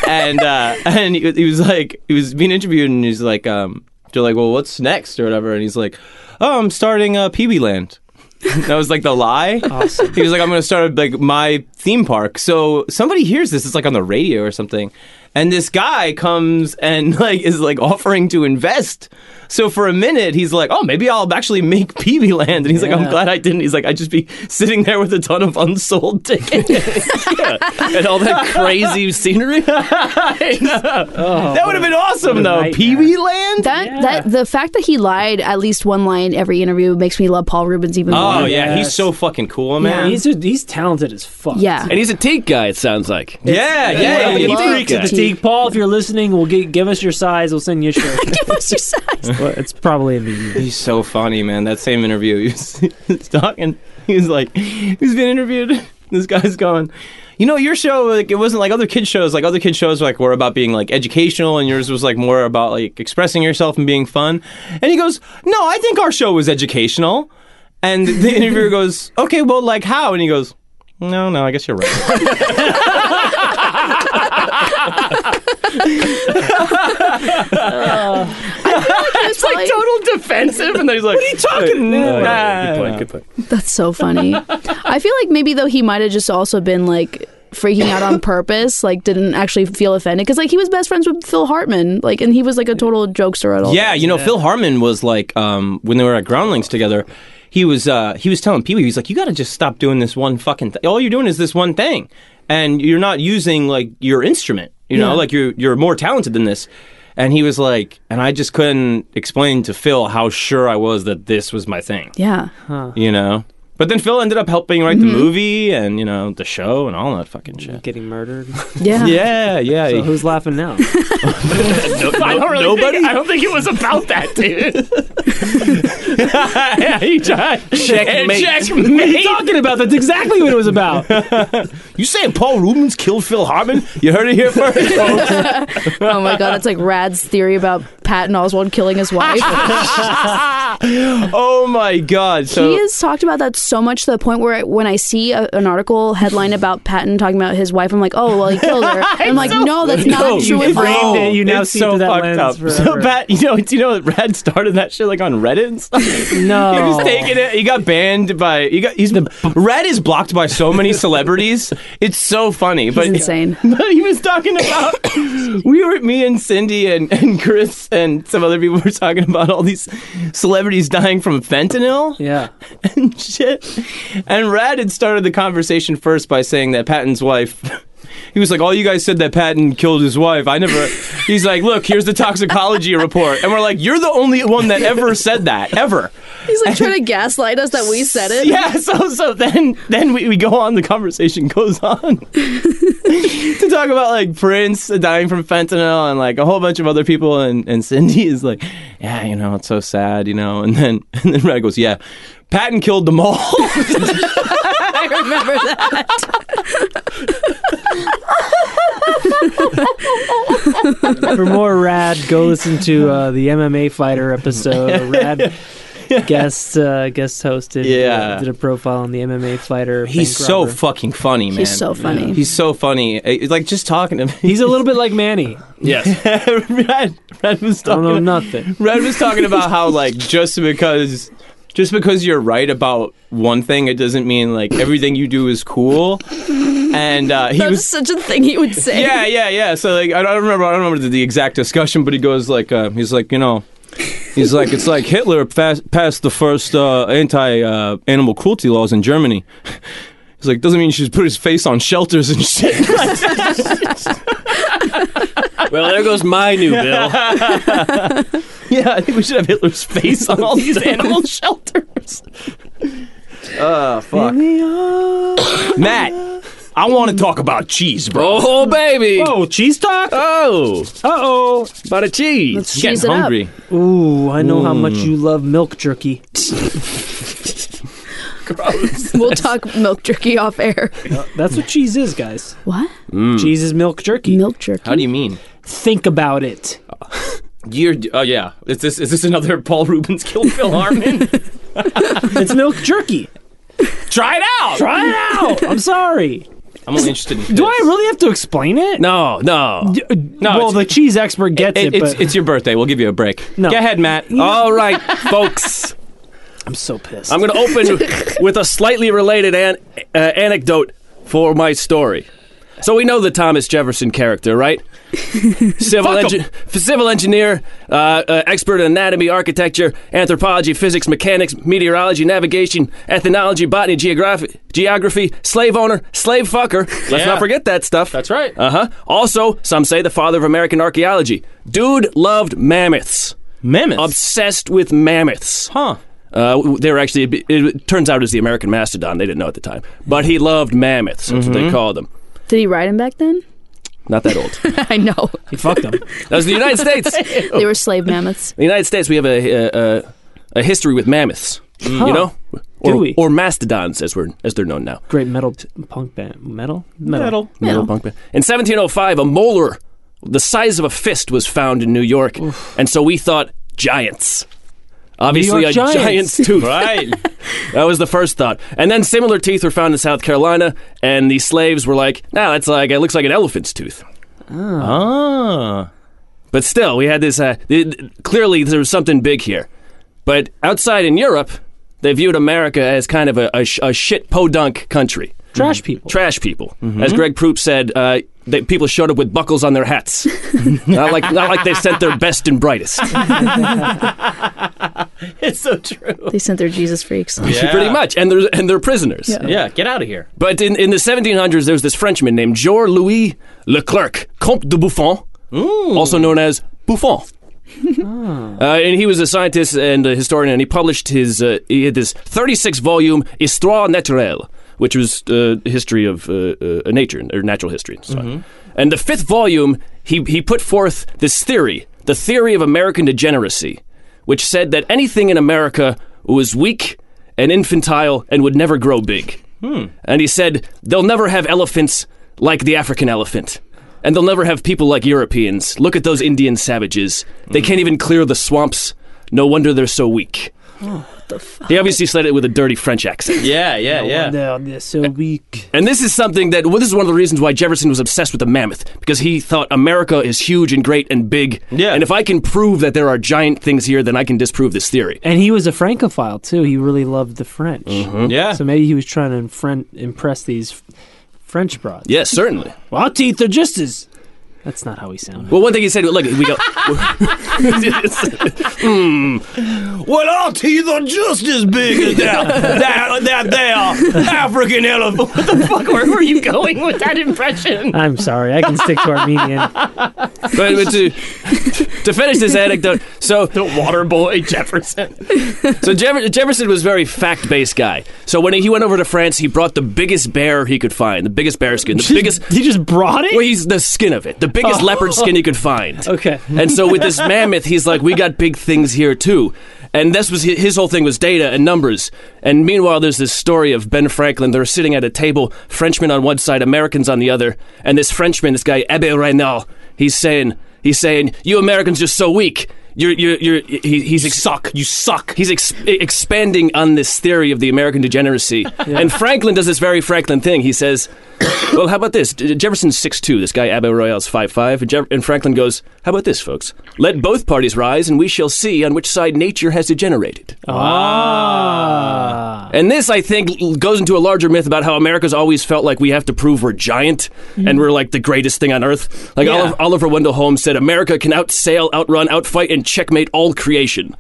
B: and uh, and he, he was like he was being interviewed and he's like um they're like well what's next or whatever and he's like oh I'm starting uh, Pee Wee Land. that was like the lie. He was like, I'm going to start like my theme park. So somebody hears this. It's like on the radio or something. And this guy comes and like is like offering to invest. So for a minute, he's like, oh, maybe I'll actually make PB Land. And he's like, I'm
C: Yeah.
B: glad I didn't. He's like, I'd just be sitting there with a ton of unsold tickets.
D: and all that crazy scenery.
B: that would have been awesome,
C: What a
B: though.
C: nightmare.
B: Pee Wee Land?
E: That that the fact that he lied at least one line every interview makes me love Paul Rubens even more.
B: oh, yeah. He's
C: Yes.
B: so fucking cool, man.
C: Oh, Man, he's a, he's talented as fuck.
E: Yeah.
D: and he's a teak guy. It sounds like.
B: Yeah, yeah.
C: Yeah,
B: yeah,
C: we
E: love
C: freaks at the
E: Teague.
C: Teague. Paul, if you're listening, we'll gi- give us your size. We'll send you a shirt.
E: Give us your size.
C: well, it's probably in the email.
B: He's so funny, man. That same interview, he was, he was talking. He was like, he's been interviewed. This guy's going, you know, your show, like, it wasn't like other kids shows. Like other kids shows, like were about being like educational, and yours was like more about like expressing yourself and being fun. And he goes, no, I think our show was educational. And the interviewer goes, okay, well, like how? And he goes, no, no, I guess you're right.
E: That's, like-
B: Total defensive, and then he's like, what are you talking?
D: Good point. Good point.
E: That's so funny. I feel like maybe though he might have just also been like freaking out on purpose, like didn't actually feel offended because like he was best friends with Phil Hartman, like and he was like a total jokester at all.
B: Yeah, you know, Phil Harmon was like um, when they were at Groundlings together. He was uh, he was telling Pee Wee, he's like, you got to just stop doing this one fucking. thing. All you're doing is this one thing, and you're not using like your instrument. You know, like you're you're more talented than this. And he was like, and I just couldn't explain to Phil how sure I was that this was my thing.
E: Yeah.
B: You know. But then Phil ended up helping write the movie and you know the show and all that fucking shit.
C: Getting murdered.
E: Yeah.
B: Yeah, yeah.
C: So who's laughing now?
D: I don't really
B: Nobody?
D: Think, I don't think it was about that, dude.
B: he tried.
D: Checkmate.
B: Checkmate.
C: What are you talking about? That's exactly what it was about.
B: You saying Paul Rubens killed Phil Harmon? You heard it here first. folks.
E: Oh my god, that's like Rad's theory about Patton Oswald killing his wife.
B: oh my God! So
E: he has talked about that so much to the point where when I see a, an article headline about Patton talking about his wife, I'm like, oh well, he killed her. And I'm like, no, that's not true at all.
C: framed it. You now see through that lens
B: So
C: forever.
B: Pat, you know, do you know that Rad started that shit like on Reddit and stuff? He
C: No.
B: was taking it. He got banned by. He got. He's Rad is blocked by so many celebrities. It's so funny, but
E: insane.
B: But he was talking about. we were me and Cindy and and Chris and some other people were talking about all these celebrities dying from fentanyl.
C: Yeah.
B: and shit. And Rad had started the conversation first by saying that Patton's wife. He was like, "All you guys said that Patton killed his wife. I never." He's like, "Look, here's the toxicology report," and we're like, "You're the only one that ever said that ever."
E: He's like trying to gaslight us that we said it.
B: Yeah. So so then then we, we go on. The conversation goes on to talk about like Prince dying from fentanyl and like a whole bunch of other people. And and Cindy is like, "Yeah, you know, it's so sad, you know." And then and then Rad goes, "Yeah, Patton killed them all."
E: I remember that.
C: For more rad, go listen to uh, the MMA fighter episode. Rad guest uh, guest hosted. uh,
B: Yeah.
C: did a profile on the MMA fighter.
B: He's
C: bank
B: so
C: robber.
B: fucking funny, man.
E: He's so funny.
B: He's so funny. Uh, Like just talking to me.
C: He's a little bit like Manny.
D: Yes.
B: Red, Red was
C: I don't know
B: talking.
C: nothing.
B: Red was talking about how like just because just because you're right about one thing, it doesn't mean like everything you do is cool. And uh, he
E: That was
B: was.
E: such a thing he would say.
B: Yeah, yeah, yeah. So like, I don't remember. I don't remember the, the exact discussion, but he goes like, uh, he's like, you know, he's like, it's like Hitler fast, passed the first uh, anti uh, animal cruelty laws in Germany. He's like, doesn't mean you should put his face on shelters and shit.
D: Well, there goes my new bill.
B: yeah, I think we should have Hitler's face on all these animal shelters. Uh, fuck. uh, Matt, I want to talk about cheese, bro.
D: Oh, baby. Oh,
G: Oh, cheese talk? Uh oh.
D: about a cheese.
E: Let's
B: I'm
E: cheese
B: getting
E: it
B: hungry.
E: up.
C: Ooh, I know how much
B: Mm.
C: you love milk jerky.
E: We'll talk milk jerky off air.
C: That's what cheese is, guys.
E: What?
B: Mm.
C: Cheese is milk jerky.
E: Milk jerky.
B: How do you mean?
C: Think about it.
B: You're. Oh yeah. Is this is this another Paul Rubens Kill Bill Harmon?
C: It's milk jerky.
B: Try it out.
C: Try it out. I'm sorry.
B: I'm only interested in.
C: Do I really have to explain it?
D: No, no.
C: No. Well,
B: it's-
C: the cheese expert gets it,
B: It, it's,
C: but
B: it's your birthday. We'll give you a break.
C: No.
B: Go ahead, Matt.
D: All right, folks.
C: I'm so pissed.
D: I'm going to open with a slightly related an- uh, anecdote for my story. So we know the Thomas Jefferson character, right? Civil, engi- civil engineer, uh, uh, expert in anatomy, architecture, anthropology, physics, mechanics, meteorology, navigation, ethnology, botany, geography, geography, slave owner, slave fucker. Let's
B: Yeah.
D: not forget that stuff.
B: That's right.
D: Uh huh. Also, some say the father of American archaeology. Dude loved mammoths.
B: Mammoth.
D: Obsessed with mammoths.
B: huh.
D: Uh, w- they were actually, it turns out it was the American Mastodon. They didn't know at the time. But he loved mammoths. That's
C: Mm-hmm.
D: what they called them.
E: Did he ride him back then?
D: Not that old. that
E: I know.
C: You fucked them.
D: was the United States. In
E: They were slave mammoths.
D: the United States, we have a, a, a, a history with mammoths, you know? Or,
C: Hmm. Do we?
D: or mastodons, as, we're, as they're known now.
C: Great metal t- punk band. Metal? Metal.
D: Metal punk band. In 1705, a molar the size of a fist was found in New York. And so we thought giants. Obviously,
C: York
D: a
C: Giants.
D: giant's tooth.
B: Right.
D: That was the first thought. And then similar teeth were found in South Carolina, and the slaves were like, nah, that's like, it looks like an elephant's tooth.
B: ah.
D: But still, we had this, uh, it, clearly there was something big here. But outside in Europe, they viewed America as kind of a, a, sh- a shit podunk country.
C: Trash people.
D: Trash people. As Greg Proop said, uh, that people showed up with buckles on their hats. not, like, not like they sent their best and brightest.
B: It's so true.
E: They sent their Jesus freaks.
B: Yeah.
D: Pretty much. And they're, and they're prisoners.
E: Yeah.
B: Yeah. Get out of here.
D: But in, in the 1700s, there was this Frenchman named Georges Louis Leclerc, Comte de Buffon, also known as Buffon. Uh, and he was a scientist and a historian, and he published his uh, he had this 36 volume Histoire naturelle, which was uh, history of uh, uh, nature or natural history. So. And the fifth volume, he he put forth this theory, the theory of American degeneracy, which said that anything in America was weak and infantile and would never grow big. And he said they'll never have elephants like the African elephant. And they'll never have people like Europeans. Look at those Indian savages. They can't even clear the swamps. No wonder they're so weak. He obviously said it with a dirty French accent.
B: Yeah. Yeah. Yeah.
C: They're, Oh, they're so weak.
D: And this is something that, well, this is one of the reasons why Jefferson was obsessed with the mammoth, because he thought America is huge and great and big.
B: Yeah.
D: And if I can prove that there are giant things here, then I can disprove this theory.
C: And he was a Francophile, too. He really loved the French.
B: Yeah.
C: So maybe he was trying to infren- impress these f- French broads.
D: Yes, certainly.
C: Well, our teeth are just as. That's not how he sounded.
D: Well, one thing he said, look, we go.
B: Well, our teeth are just as big as that that that there African elephant. What the fuck? Where were you going with that impression?
C: I'm sorry. I can stick to Armenian.
D: but but to, to finish this anecdote, so
B: The water boy Jefferson.
D: So Jeff- Jefferson was a very fact-based guy. So when he went over to France, he brought the biggest bear he could find, the biggest bear skin, the biggest.
C: He just brought it?
D: Well, he's the skin of it, the
B: Oh.
D: biggest leopard skin he could find.
C: Okay.
D: And so with this mammoth, he's like, we got big things here too. And this was his whole thing was data and numbers. And meanwhile, there's this story of Ben Franklin. They're sitting at a table, Frenchmen on one side, Americans on the other. And this Frenchman, this guy Abbe Reynal, he's saying, he's saying, you Americans are so weak. You're, you're, you're. He, he's ex-
B: Suck. You suck.
D: He's ex- expanding on this theory of the American degeneracy. And Franklin does this very Franklin thing. He says, Well, how about this? Je- Jefferson's 6'2, this guy Abbe Royale's 5'5. And, Jeff- and Franklin goes, How about this, folks? Let both parties rise, and we shall see on which side nature has degenerated.
C: Ah.
D: And this, I think, l- goes into a larger myth about how America's always felt like we have to prove we're giant and we're like the greatest thing on earth. Like
B: Mm-hmm. Yeah.
D: Oliver, Oliver Wendell Holmes said, America can outsail, outrun, outfight, and checkmate all creation.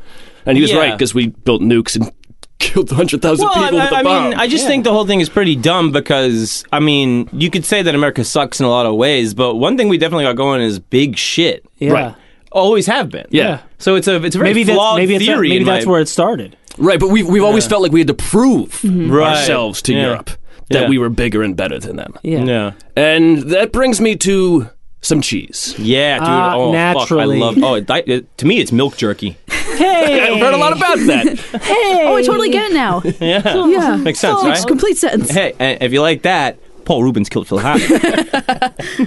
D: And he was
B: Yeah.
D: right because we built nukes and killed 100,000
B: Well,
D: people
B: I,
D: with a
B: I
D: bomb.
B: mean, I just think the whole thing is pretty dumb because, I mean, you could say that America sucks in a lot of ways, but one thing we definitely got going is big shit.
C: Yeah.
D: Right.
B: Always have been.
D: Yeah.
B: So it's a it's a very
C: Maybe that's
B: flawed
C: maybe, it's
B: theory.
C: maybe
B: in my-
C: that's where it started.
D: right, but we've, we've always felt like we had to prove
B: Right.
D: ourselves to
B: Yeah.
D: Europe that
B: Yeah.
D: we were bigger and better than them.
C: Yeah.
B: Yeah.
D: And that brings me to some cheese.
B: Yeah, dude.
C: Ah,
B: oh,
C: naturally.
B: fuck. I love. Oh, it, it, to me, it's milk jerky.
D: I've heard a lot about that.
E: Oh, I totally get it now.
B: Yeah.
E: Yeah.
B: Makes sense,
E: Oh, it's
B: right?
E: complete sense.
B: hey, and if you like that, Paul Rubens killed Phil Hot.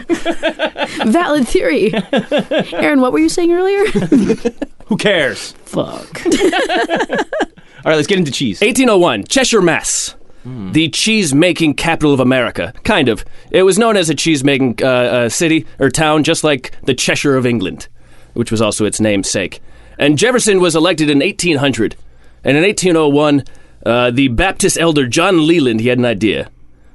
E: Valid theory. Aaron, what were you saying earlier?
B: Who cares?
C: Fuck.
B: All right, let's get into cheese.
D: 1801, Cheshire, Mass. The cheese making capital of America, kind of. It was known as a cheese making uh, uh, city or town, just like the Cheshire of England, which was also its namesake. And Jefferson was elected in 1800. And in 1801, uh, the Baptist elder John Leland he had an idea.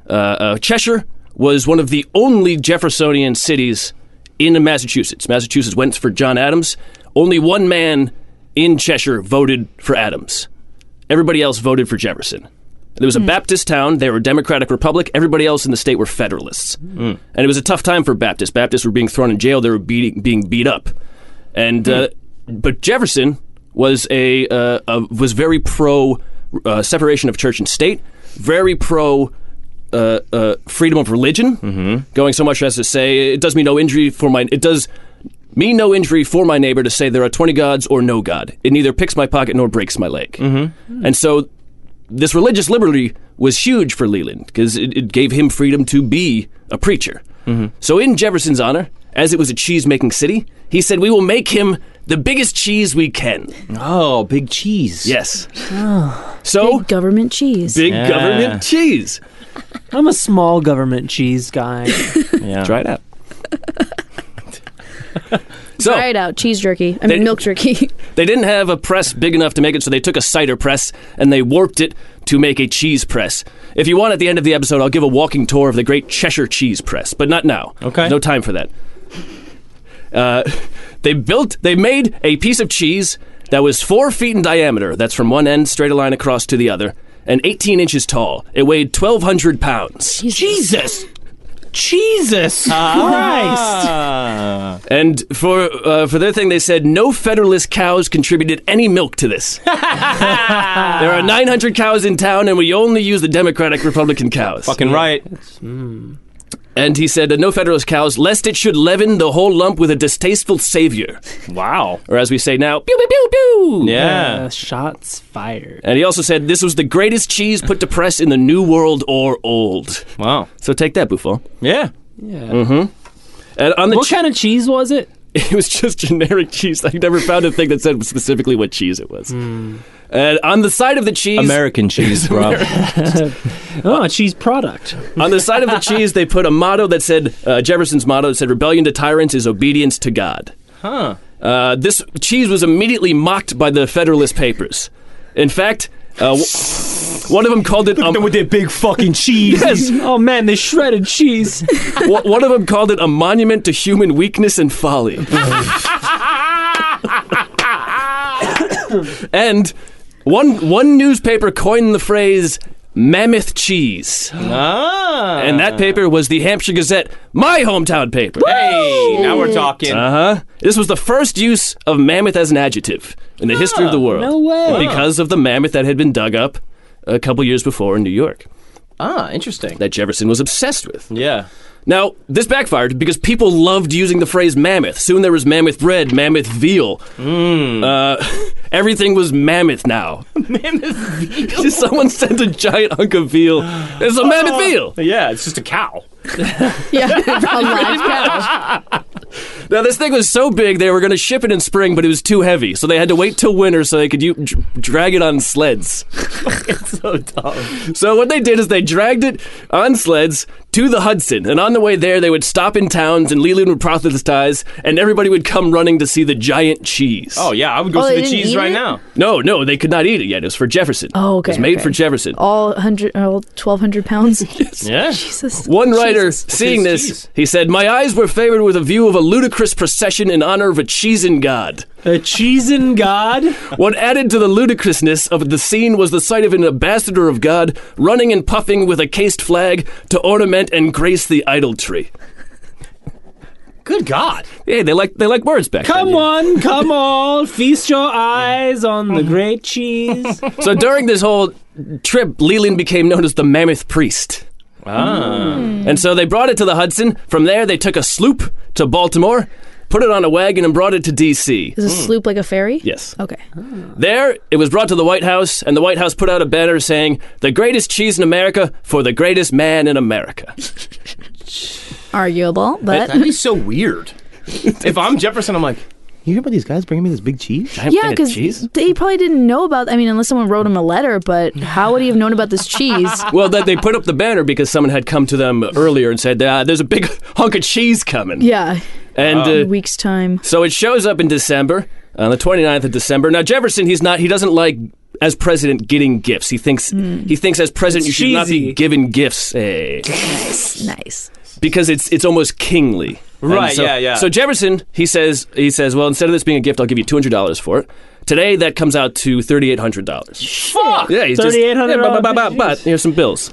D: Uh, uh, Cheshire was one of the only Jeffersonian cities in Massachusetts. Massachusetts went for John Adams. Only one man in Cheshire voted for Adams. Everybody else voted for Jefferson. There was a Baptist town. They were a Democratic Republic. Everybody else in the state were Federalists. And it was a tough time for Baptists. Baptists were being thrown in jail. They were beating, being beat up. And uh, but Jefferson was a, uh, uh was very pro uh, separation of church and state. Very pro. Uh, uh, freedom of religion, going so much as to say it does me no injury for my it does me no injury for my neighbor to say there are 20 gods or no god. It neither picks my pocket nor breaks my leg. Mm-hmm. And so this religious liberty was huge for Leland because it, it gave him freedom to be a preacher. So, in Jefferson's honor, as it was a cheese making city, he said, We will make him the biggest cheese we can.
B: Oh, big cheese.
D: Yes. So,
E: Big government cheese.
D: big
B: Yeah.
D: government cheese.
C: I'm a small government cheese guy.
B: Yeah.
D: Try it out. so,
E: Try it out. Cheese jerky. I
D: They-
E: mean, milk jerky.
D: They didn't have a press big enough to make it, so they took a cider press and they warped it to make a cheese press. If you want, at the end of the episode, I'll give a walking tour of the great Cheshire cheese press, but not now.
B: Okay.
D: No time for that. Uh, they built, they made a piece of cheese that was four feet in diameter. That's from one end, straight a line across to the other, and 18 inches tall. It weighed 1,200 pounds.
B: Jesus. Jesus. Ah. Christ.
D: And for uh, for their thing, they said no Federalist cows contributed any milk to this. there are 900 cows in town, and we only use the Democratic Republican cows.
B: Fucking right.
D: And he said uh, no Federalist cows, lest it should leaven the whole lump with a distasteful savior,
B: Wow.
D: or as we say now, pew pew pew pew.
B: Yeah.
C: Uh, shots fired.
D: And he also said this was the greatest cheese put to press in the New World or Old.
B: Wow.
D: So take that, Buffon.
B: Yeah.
C: Yeah.
B: Mm-hmm.
D: And on the
C: What
D: che-
C: kind of cheese was it?
D: it was just generic cheese. I never found a thing that said specifically what cheese it was. And on the side of the cheese,
B: American cheese, bro.
C: Oh, a cheese product.
D: on the side of the cheese, they put a motto that said uh, Jefferson's motto that said "Rebellion to tyrants is obedience to God."
B: Huh.
D: Uh, this cheese was immediately mocked by the Federalist Papers. In fact, uh, w- one of them called it. a-
B: with their big fucking cheese.
D: Yes.
C: Oh man, they shredded cheese.
D: w- one of them called it a monument to human weakness and folly. and one one newspaper coined the phrase "mammoth cheese,"
B: Ah.
D: and that paper was the Hampshire Gazette, my hometown paper.
B: Hey, now we're talking.
D: Uh huh. This was the first use of mammoth as an adjective in the history of the world.
C: no way.
D: Because of the mammoth that had been dug up a couple years before in New York
B: ah, interesting.
D: that Jefferson was obsessed with.
B: Yeah.
D: Now, this backfired because people loved using the phrase mammoth. Soon there was mammoth bread, mammoth veal. Uh, everything was mammoth now.
B: Mammoth veal. Oh.
D: Someone sent a giant hunk of veal. It's a mammoth veal.
B: Yeah, it's just a cow.
E: yeah. A live cow.
D: Now, this thing was so big they were going to ship it in spring, but it was too heavy. So they had to wait till winter so they could u- dr- drag it on sleds.
B: So dumb.
D: So what they did is they dragged it on sleds to the Hudson, and on the way there they would stop in towns, and Leland would proselytize, and everybody would come running to see the giant cheese.
B: Oh yeah, I would go see
E: Oh, they
B: the
E: didn't
B: cheese
E: eat
B: right
E: it?
B: now.
D: no, no, they could not eat it yet. It was for Jefferson.
E: Oh, okay,
D: It was made
E: okay. Oh,
D: for Jefferson.
E: All 100, all 1,200 pounds. Jesus.
B: Yeah.
D: One writer seeing
B: It's
D: this,
B: cheese.
D: he said, "My eyes were favored with a view of a ludicrous procession in honor of a cheese and god."
C: The cheesin' god.
D: What added to the ludicrousness of the scene was the sight of an ambassador of God running and puffing with a cased flag to ornament and grace the idol tree.
B: Good God.
D: Hey, they like they like words back
C: Come
D: then.
C: on, come all, feast your eyes on the great cheese.
D: So during this whole trip, Leland became known as the Mammoth Priest. And so they brought it to the Hudson. From there, they took a sloop to Baltimore, put it on a wagon, and brought it to D.C.
E: Is a sloop like a ferry?
D: Hmm. Yes.
E: Okay.
D: There, it was brought to the White House, and the White House put out a banner saying, The greatest cheese in America for the greatest man in America.
E: Arguable, but
B: That'd be so weird. if I'm Jefferson, I'm like, you hear about these guys bringing me this big cheese?
D: Giant
E: yeah,
D: thing of
E: because
D: cheese?
E: they probably didn't know about. I mean, unless someone wrote him a letter, but how would he have known about this cheese?
D: Well, that they put up the banner because someone had come to them earlier and said, ah, There's a big hunk of cheese coming.
E: yeah,
D: And
E: in a
D: uh,
E: week's time.
D: So it shows up in December, on the 29th of December. Now Jefferson, he's not he doesn't like as president getting gifts. He thinks he thinks as president
C: It's
D: you should not be
C: cheesy.
D: given gifts. eh,
E: Nice.
D: because it's it's almost kingly. And
B: Right,
D: so-
B: yeah, yeah.
D: So Jefferson, he says he says, "Well, instead of this being a gift, I'll give you $200 for it." Today that comes out to $3800.
B: Fuck!
D: Yeah, he's just-
C: $3,800
D: Yeah, but, but, but, but here's some bills.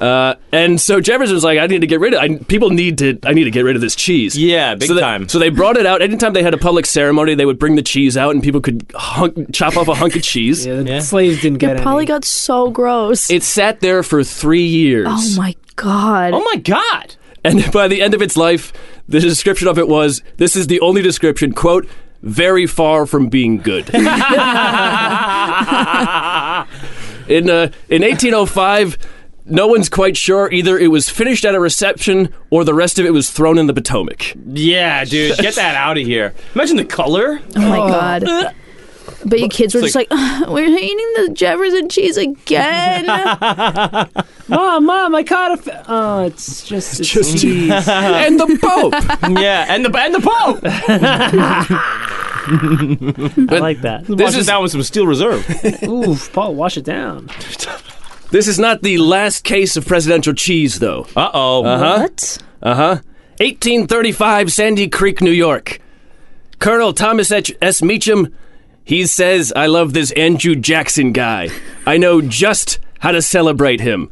D: Uh, and so Jefferson's like, I need to get rid of. I, people need to. I need to get rid of this cheese.
B: Yeah, big
D: so they-
B: time.
D: So they brought it out. Anytime they had a public ceremony, they would bring the cheese out, and people could hunk, chop off a hunk of cheese.
C: Yeah, the slaves didn't get
E: It
C: it.
E: probably got so gross.
D: It sat there for three years.
E: oh my god.
B: Oh my God.
D: And by the end of its life, the description of it was: this is the only description. Quote. Very far from being good. in uh, in 1805, no one's quite sure either. It was finished at a reception, or the rest of it was thrown in the Potomac.
B: Yeah, dude, get that out of here. Imagine the color.
E: Oh my god. But your kids were just like, "Ugh, we're eating the Jefferson cheese again.
C: Mom, mom, I caught a. Fa- oh, it's just it's
D: Just-
C: cheese.
D: and the Pope.
B: yeah, and the and the Pope.
C: I like that.
B: This is down with some Steel Reserve.
C: Ooh, Paul, wash it down.
D: This is not the last case of presidential cheese, though.
B: Uh oh.
E: Uh-huh.
B: Uh huh.
E: what?
D: Uh huh. 1835, Sandy Creek, New York. Colonel Thomas H. S. Meacham, he says, I love this Andrew Jackson guy. I know just how to celebrate him.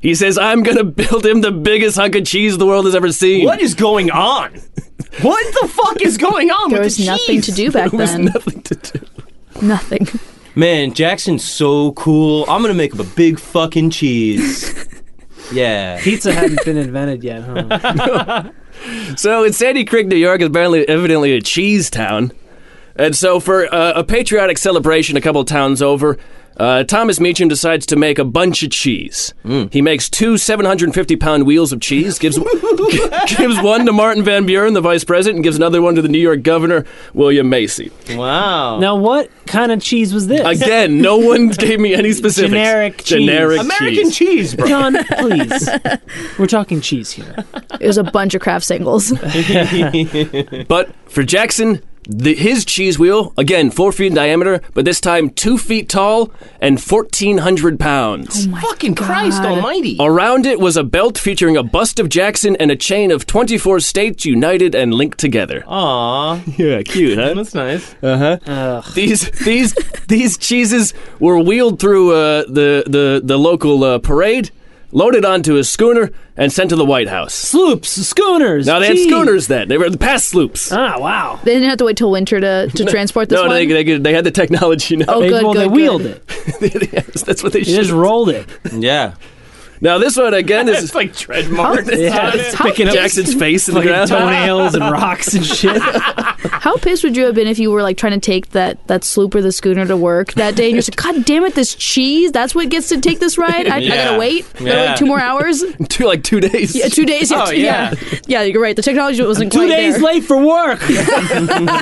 D: He says, I'm going to build him the biggest hunk of cheese the world has ever seen.
B: What is going on? What the fuck is going on
E: There
B: with
E: was
B: the
E: nothing to
B: cheese?
E: do back
D: There was
E: then.
D: nothing to do.
E: nothing.
B: Man, Jackson's so cool. I'm gonna make him a big fucking cheese. yeah.
C: Pizza hadn't been invented yet, huh?
D: So in Sandy Creek, New York, is apparently evidently a cheese town, and so for uh, a patriotic celebration, a couple towns over, uh, Thomas Meacham decides to make a bunch of cheese.
C: Mm.
D: He makes two 750-pound wheels of cheese, gives gives one to Martin Van Buren, the vice president, and gives another one to the New York governor, William Macy.
B: Wow.
C: now, what kind of cheese was this?
D: Again, no one gave me any specifics.
C: Generic cheese.
D: Generic
B: American
D: cheese.
B: cheese, bro.
C: John, please. We're talking cheese here.
E: It was a bunch of craft singles.
D: But for Jackson, the, his cheese wheel, again, four feet in diameter, but this time two feet tall and 1,400 pounds.
B: Fucking Christ
E: God.
B: Almighty.
D: Around it was a belt featuring a bust of Jackson and a chain of 24 states united and linked together.
E: Oh.
B: Aw,
D: Yeah, cute, huh?
B: that's nice.
D: these these these cheeses were wheeled through uh, the, the, the local uh, parade, loaded onto a schooner, and sent to the White House.
C: Sloops, schooners.
D: Now, they had
C: cheese.
D: schooners then. They were the past sloops.
C: Ah, wow.
E: they didn't have to wait till winter to, to transport Uh, this
D: no,
E: one.
D: they, they, they had the technology now.
E: Oh,
C: They,
E: good,
C: well,
E: good,
C: they
E: good.
C: wheeled it.
E: Oh.
D: Yes, that's what they
C: They
D: should.
C: just rolled it.
B: Yeah.
D: Now this one again this is
B: like trademark.
C: Yeah, it's
E: How-
C: picking up
D: Jackson's face in the
C: fucking
D: ground.
C: toenails and rocks and shit.
E: How pissed would you have been if you were like trying to take that that sloop or the schooner to work that day, and you're just like, God damn it, this cheese! That's what gets to take this ride. I, I
B: Yeah.
E: gotta wait. I gotta
B: Yeah.
E: wait two more hours.
D: Two like two days.
E: Yeah, two days. Yeah,
B: Oh,
E: two- yeah. yeah, You're right. The technology wasn't
C: Two
E: quite
C: days
E: there.
C: late for work.
D: no,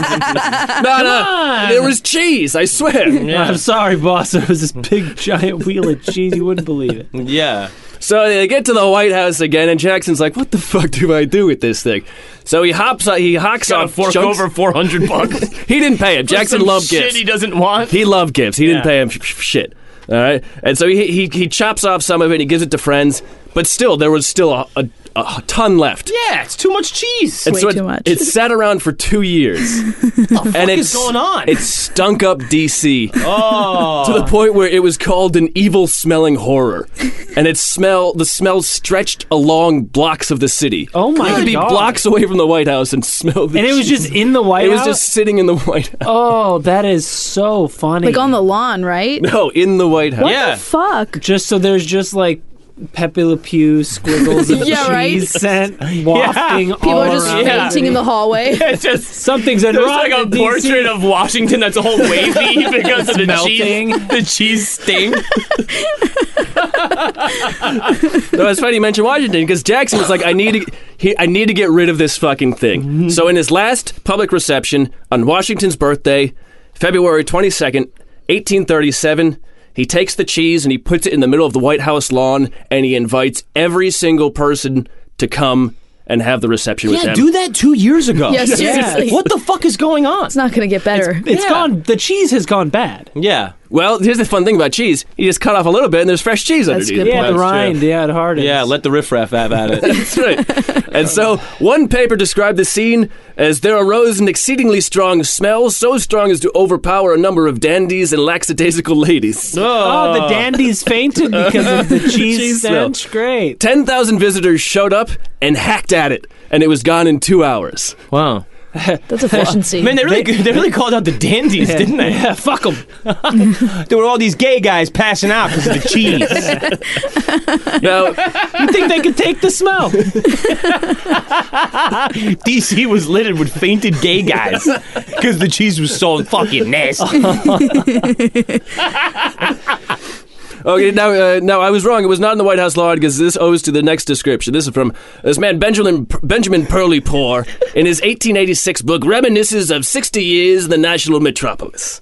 D: no.
C: on.
D: There was cheese. I swear.
C: I'm sorry, boss. It was this big giant wheel of cheese. You wouldn't believe it.
B: Yeah.
D: So they get to the White House again, and Jackson's like, "What the fuck do I do with this thing?" So he hops. He hocks
B: Gotta
D: off.
B: fork
D: chunks.
B: over 400 bucks.
D: He didn't pay him. Jackson
B: Some
D: loved
B: shit
D: gifts.
B: he doesn't want.
D: He loved gifts. He didn't
B: Yeah.
D: pay him sh- sh- shit. All right, and so he, he he chops off some of it. He gives it to friends. But still, there was still a, a, a ton left.
B: Yeah, it's too much cheese.
D: And
E: Way
D: so it,
E: too much.
D: it sat around for two years, and
B: is going on?
D: It stunk up DC
B: Oh,
D: to the point where it was called an evil-smelling horror, and it smell the smell stretched along blocks of the city.
C: Oh my
D: You could be
C: God.
D: blocks away from the White House and smell. The
C: and it was
D: cheese.
C: just in the White
D: it was
C: House.
D: just sitting in the White House.
C: oh, that is so funny.
E: like on the lawn, right?
C: Oh.
D: No, in the White House.
E: What
B: Yeah.
E: the fuck?
C: just so there's just like Pepe Le Pew squiggles of
E: Yeah, right?
C: cheese scent wafting all
E: People are just
C: around.
B: yeah.
E: fainting in the hallway.
B: it's just.
C: Something's
B: There's
C: unwrong
B: like a
C: in DC.
B: portrait of Washington that's all wavy because of the
C: melting.
B: cheese, the cheese sting.
D: No, it's funny you mentioned Washington because Jackson was like, "I need to, he, I need to get rid of this fucking
E: Mm-hmm.
D: thing." So, in his last public reception on Washington's birthday, February twenty second, eighteen thirty seven, he takes the cheese and he puts it in the middle of the White House lawn, and he invites every single person to come and have the reception with him.
B: that two years ago.
E: Yeah, seriously.
B: What the fuck is going on?
E: It's not gonna get better.
C: It's
B: Yeah.
C: gone. The cheese has gone bad.
B: Yeah.
D: Well, here's the fun thing about cheese: you just cut off a little bit, and there's fresh cheese
E: That's
D: underneath.
E: good
C: Yeah,
E: That's
C: the rind. Yeah, it hardens.
B: Yeah, let the riffraff have at it.
D: That's right. And so one paper described the scene as there arose an exceedingly strong smell, so strong as to overpower a number of dandies and lackadaisical ladies.
C: Oh, the dandies fainted because of the cheese,
D: Cheese smell.
C: stench. Great.
D: 10,000 visitors showed up and hacked at it, and it was gone in two hours.
B: Wow.
E: That's efficiency.
B: Man, they really they really called out the dandies, didn't they?
C: Yeah, fuck them.
B: There were all these gay guys passing out because of the cheese.
D: Now,
C: You think they could take the smell?
B: DC was littered with fainted gay guys because the cheese was so fucking nasty.
D: okay, now, uh, now I was wrong. It was not in the White House lawn because this owes to the next description. This is from this man Benjamin Benjamin Purley Poor in his 1886 book Reminiscences of 60 Years in the National Metropolis.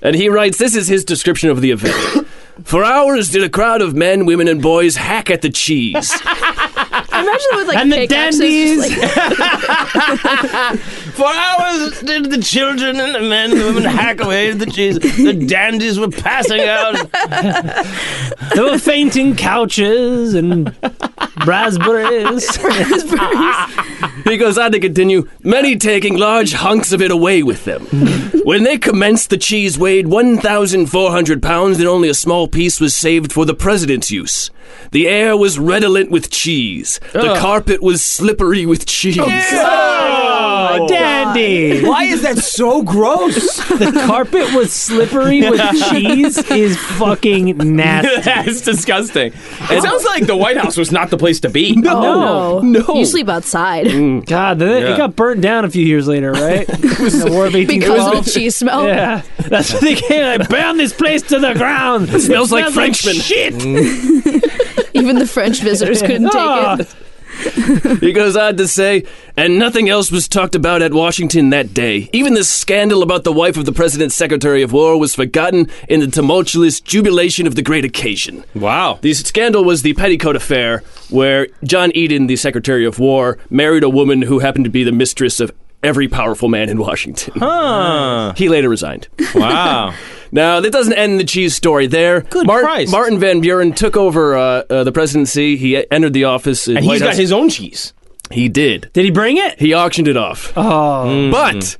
D: And he writes, this is his description of the event. For hours did a crowd of men, women, and boys hack at the cheese.
E: Imagine with like
C: And the
E: pickaxes, just, like,
B: For hours did the children and the men and women hack away at the cheese. The dandies were passing out.
C: There were fainting couches and raspberries.
B: Oh,
D: He goes on to continue, many taking large hunks of it away with them. when they commenced, the cheese weighed 1,400 pounds and only a small piece was saved for the president's use. The air was redolent with cheese. The carpet was slippery with cheese.
C: Oh, dandy.
B: Why is that so gross?
C: The carpet was slippery with cheese is fucking nasty.
B: That's disgusting. It sounds like the White House was not the place to be. No.
E: no,
D: no.
E: You sleep outside
C: God, then it-
B: Yeah.
C: it got burnt down a few years later, right? In the War of
E: because
C: 1812.
E: of the cheese smell.
C: Yeah, that's what they came. I burn this place to the ground. It
D: smells like Frenchman.
C: shit.
B: Mm.
E: Even the French visitors couldn't
C: Ah.
E: take it.
D: He goes on to say, and nothing else was talked about at Washington that day. Even the scandal about the wife of the president's secretary of war was forgotten in the tumultuous jubilation of the great occasion.
B: Wow.
D: The scandal was the Petticoat Affair, where John Eden, the Secretary of War, married a woman who happened to be the mistress of every powerful man in Washington.
B: Huh.
D: He later resigned.
B: Wow.
D: Now, that doesn't end the cheese story there.
B: Good Christ.
D: Martin Van Buren took over uh, uh, the presidency. He entered the office. in
B: And
D: White
B: he's got
D: House.
B: his own cheese.
D: He did.
C: Did he bring it?
D: He auctioned it off. Mm-hmm.
C: Oh,
D: But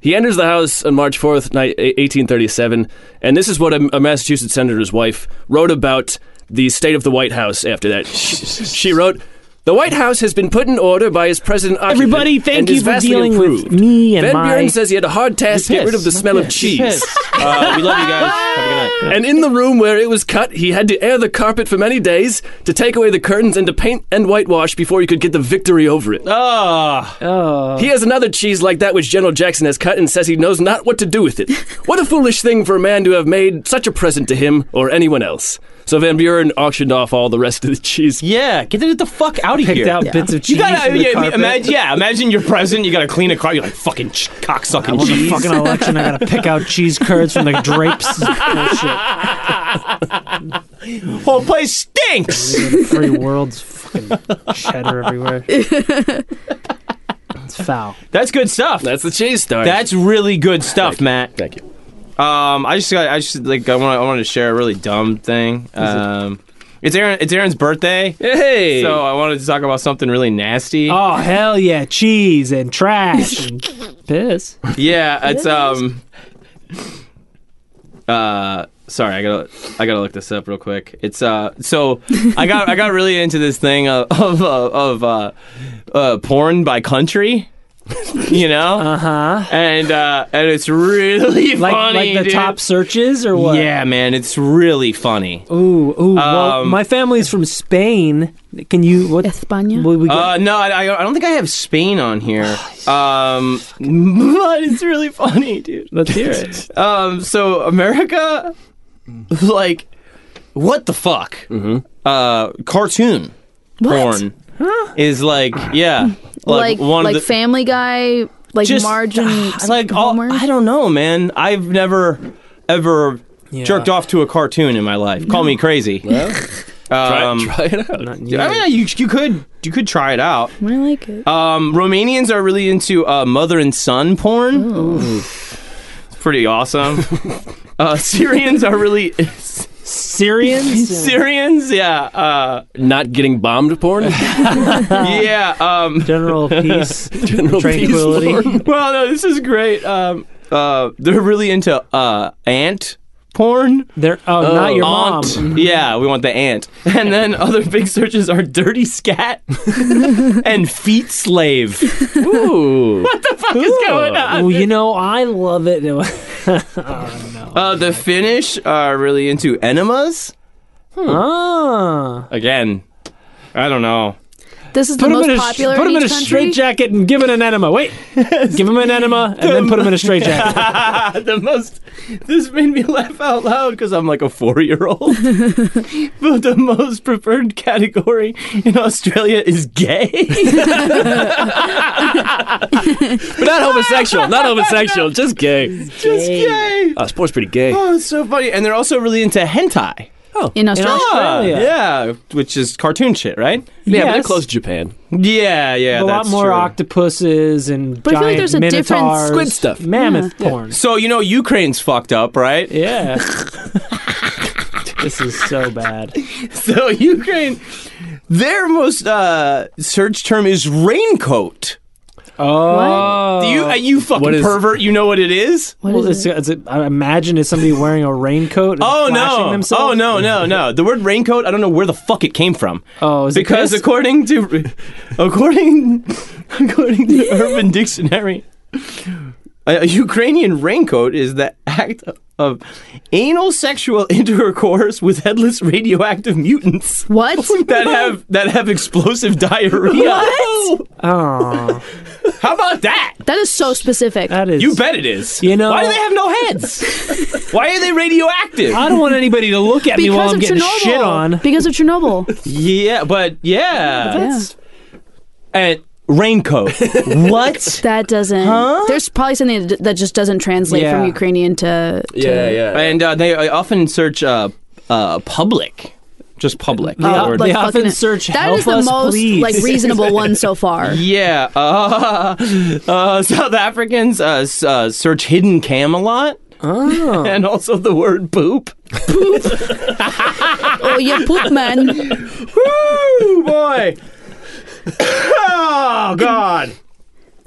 D: he enters the House on March 4th, ni- 1837, and this is what a, a Massachusetts senator's wife wrote about the state of the White House after that. she, she wrote, the White House has been put in order by his president. occupant
C: everybody,
D: and
C: thank you
D: is
C: for
D: vastly
C: dealing
D: improved.
C: with me and
D: Van
C: my.
D: Buren says he had a hard task to get rid of the
C: piss.
D: smell
C: My
D: of
C: piss.
D: cheese.
B: Uh, we love you guys. Have a good night.
D: And in the room where it was cut, he had to air the carpet for many days, to take away the curtains, and to paint and whitewash before he could get the victory over it.
B: Oh,
C: oh,
D: He has another cheese like that which General Jackson has cut and says he knows not what to do with it. What a foolish thing for a man to have made such a present to him or anyone else. So Van Buren auctioned off all the rest of the cheese.
B: yeah. Get it the fuck out of
C: picked
B: here.
C: out bits of cheese.
B: You gotta,
C: from the
B: yeah,
C: carpet.
B: imagine, yeah, imagine you're president. You gotta clean a car. You're like fucking ch- cocksucking
C: Well, the
B: cheese.
C: fucking election, I gotta pick out cheese curds from the drapes. Bullshit.
B: Whole place stinks.
C: Free world's fucking cheddar everywhere. It's foul.
B: That's good stuff.
D: That's the cheese story.
B: That's really good stuff, Matt.
D: Thank you.
B: Um, I just got, I just like I want I wanted to share a really dumb thing. Um, it? It's Aaron. It's Aaron's birthday.
D: Hey.
B: So I wanted to talk about something really nasty.
C: Oh hell yeah, cheese and trash and piss.
B: Yeah, it's um. Uh, sorry, I gotta I gotta look this up real quick. It's uh, so I got I got really into this thing of of uh, of uh, uh, porn by country. You know,
C: Uh-huh.
B: and uh, and it's really
C: Like
B: funny,
C: like the
B: dude.
C: top searches or what?
B: Yeah, man, it's really funny.
C: Ooh, ooh. well,
B: Um,
C: my family's from Spain. Can you what?
E: España?
C: Well, we got,
B: Uh, no, I, I I don't think I have Spain on here. Um, but it's really funny, dude.
C: let's hear it.
B: Um, so America, like, what the fuck? Uh, cartoon porn is like, yeah,
E: like
B: one
E: like
B: of the
E: Family Guy, like
B: just ah,
E: Marge and
B: like all,
E: Homer?
B: I don't know, man. I've never ever jerked off to a cartoon in my life. Call me crazy. um,
D: try it out.
C: Not
B: I
C: you.
B: mean, you you could you could try it out.
E: I like it.
B: Um, Romanians are really into uh, mother and son porn. It's pretty awesome. uh, Syrians are really
C: Syrians.
B: Syrians. Yeah, uh,
D: Not getting bombed porn.
B: yeah. Um,
C: General peace,
D: General peace
C: tranquility.
B: well, no, this is great. Um, uh, they're really into uh, ant porn.
C: They're oh, not your
B: Uh, Aunt.
C: mom.
B: Yeah, we want the ant. And then other big searches are dirty scat and feet slave.
D: Ooh.
B: What is going on?
C: Well, you know I love it.
B: Uh, the Finnish are really into enemas.
C: ah,
B: Again, I don't know.
E: This is
C: put
E: the
C: him
E: most
C: in a
E: popular.
C: put
E: in
C: him in a
E: each country?
C: straitjacket and give him an enema. Wait, give him an enema and then put him in a straitjacket.
B: the most this made me laugh out loud because i'm like a four-year-old but the most preferred category in australia is gay
D: But not homosexual. Not homosexual. Just gay.
B: just gay
D: Uh, sport's pretty gay.
B: oh it's so funny and they're also really into hentai
E: in Australia.
C: Australia.
B: yeah which is cartoon shit right
D: Yeah, but they're
C: Yes.
D: close to Japan.
B: yeah yeah
C: a lot
B: that's
C: more
B: true.
C: octopuses and
E: But I
C: giant
E: feel like there's a difference-
C: minotaurs,
D: Squid stuff.
C: mammoth porn.
B: so you know ukraine's fucked up right
C: Yeah. this is so bad.
B: so ukraine their most uh search term is raincoat
C: Oh.
B: Do you uh, you fucking
D: What is-
B: pervert you know what it is
E: What
C: well,
E: is
C: it's, it's, I imagine it's somebody wearing a raincoat. And
B: Oh
C: flashing
B: no!
C: Themselves.
B: Oh no! No no! The word raincoat, I don't know where the fuck it came from.
C: Oh, is it
B: because
C: this?
B: according to, according, according to Urban Dictionary, a Ukrainian raincoat is the act of anal sexual intercourse with headless radioactive mutants
E: it? What?
B: that have that have explosive diarrhea.
C: Oh,
B: How about that?
E: That is so specific.
C: that is.
B: You bet it is.
C: You know-
B: why do they have no heads? why are they radioactive?
C: I don't want anybody to look at me while
E: because
C: I'm
E: of
C: getting
E: Chernobyl.
C: shit on.
E: Because of Chernobyl.
B: Yeah, but yeah.
E: yeah.
B: and raincoat. what?
E: That doesn't. There's probably something that- that just doesn't translate
C: Yeah.
E: from Ukrainian to. to
D: yeah.
B: And uh, they uh, often search uh, uh, public, just public.
C: They,
E: Uh,
B: Or-
E: like
C: they
E: fucking
C: often
E: it.
C: search
E: That
C: help
E: is the
C: us,
E: most
C: please.
E: like reasonable one so far.
B: yeah, uh, uh, South Africans uh, s- uh, search hidden Camelot. And also the word poop.
E: oh, you poop man.
B: Woo, boy. oh, God.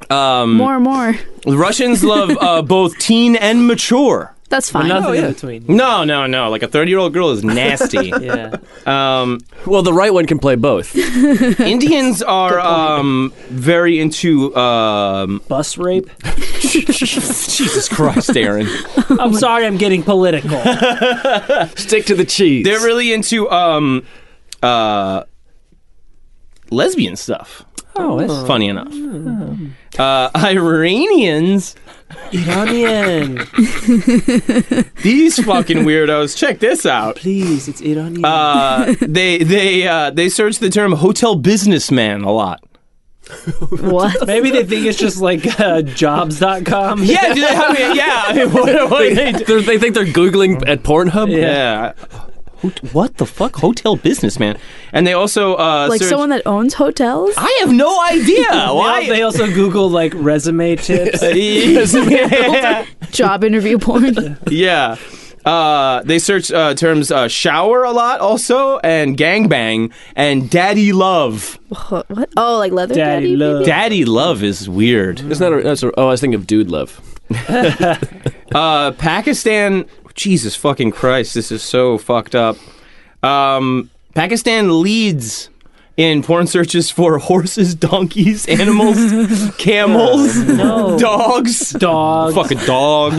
C: Hmm.
E: More and more.
B: The Russians love uh, both teen and mature.
E: That's fine.
C: Nothing in between.
B: No, no, no. Like a 30 year old girl is nasty.
C: Yeah.
B: um,
D: Well, the right one can play both.
B: Indians are um, very into um,
C: Bus rape.
B: Jesus Christ, Aaron.
C: I'm sorry, I'm getting political.
D: Stick to the cheese.
B: They're really into um, uh, lesbian stuff.
C: oh, it's
B: Funny enough, uh, Iranians.
C: Iranian.
B: These fucking weirdos. Check this out.
C: Please, it's Iranian.
B: Uh, they they uh, they search the term hotel businessman a lot.
E: What?
C: Maybe they think it's just like uh, jobs.com.
B: Yeah, do they, I mean, yeah. I mean, what, what are they do?
D: They're- they think they're googling at Pornhub.
B: Yeah. Hot- What the fuck, hotel businessman? And they also uh,
E: Like
B: search-
E: someone that owns hotels?
B: I have no idea why.
C: They also Google like resume tips.
B: yeah.
E: Job interview porn.
B: yeah. Uh, they search uh, terms uh, shower a lot also, and gangbang, and daddy love.
E: What? what? Oh, like leather
C: Daddy
E: daddy.
C: love.
E: maybe?
B: Daddy love is weird.
D: It's not a, that's a, oh, I was thinking of dude love.
B: Uh, Pakistan, Jesus fucking Christ, this is so fucked up. Um, Pakistan leads in porn searches for horses, donkeys, animals, camels, dogs.
C: Dog.
B: Fuck a dog.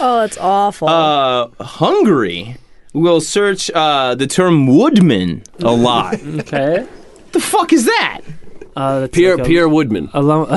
E: Oh, it's awful.
B: Uh, Hungary will search uh, the term woodman a lot.
C: Okay.
B: the fuck is that?
C: Uh, that's
D: Pierre
C: like a-
D: Pierre Woodman.
C: a lump-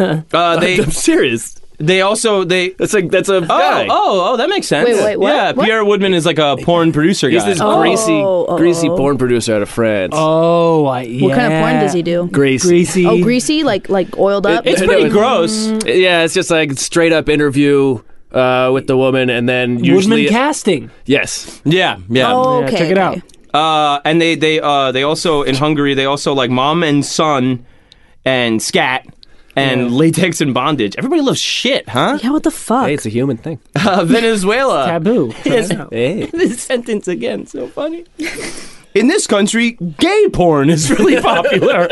B: Uh, they
D: I'm serious.
B: they also they
D: That's like that's a
B: oh
D: guy.
B: oh oh that makes sense.
E: Wait, wait, what?
B: Yeah,
E: What?
B: Pierre Woodman is like a porn producer guy.
D: He's this
E: Oh,
D: greasy,
E: oh,
D: greasy
E: oh.
D: porn producer out of France.
C: oh, I, yeah.
E: what kind of porn does he do?
D: Greasy.
C: Greasy.
E: Oh, greasy, like like oiled up.
B: it's
D: No,
B: pretty
D: it's-
B: gross.
D: Yeah, it's just like straight up interview uh, with the woman, and then usually
C: Woodman casting.
D: yes,
B: Yeah, yeah.
E: oh,
C: Yeah,
E: okay.
C: check it out.
E: okay.
B: Uh, and they they uh they also in Hungary they also like mom and son, and scat. And latex and bondage. Everybody loves shit, huh?
E: Yeah, what the fuck?
D: hey, it's a human thing.
B: Uh, Venezuela.
C: Taboo.
B: Yes.
D: Hey,
B: this sentence again. So funny. In this country, gay porn is really popular.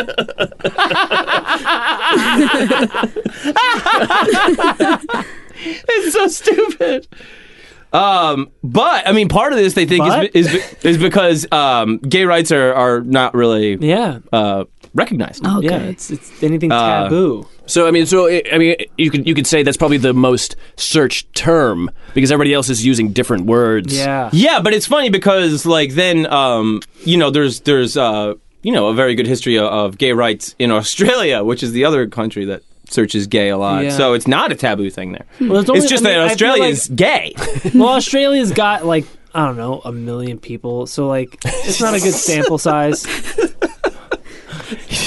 B: it's so stupid. Um, but I mean, part of this they think
C: But?
B: is, is is because um, gay rights are are not really
C: Yeah.
B: uh, recognized.
E: okay.
C: Yeah. It's, it's anything
B: Uh,
C: taboo.
D: so I mean, so I I mean, you could you could say that's probably the most searched term because everybody else is using different words.
C: Yeah.
B: Yeah, but it's funny because like then um you know there's there's uh you know a very good history of, of gay rights in Australia, which is the other country that searches gay a lot.
C: Yeah. Hmm.
B: So it's not a taboo thing there.
C: Well,
B: It's just
C: I mean,
B: that
C: I feel like-
B: Australia's gay.
C: well, Australia's got like I don't know a million people, so like it's not a good sample size.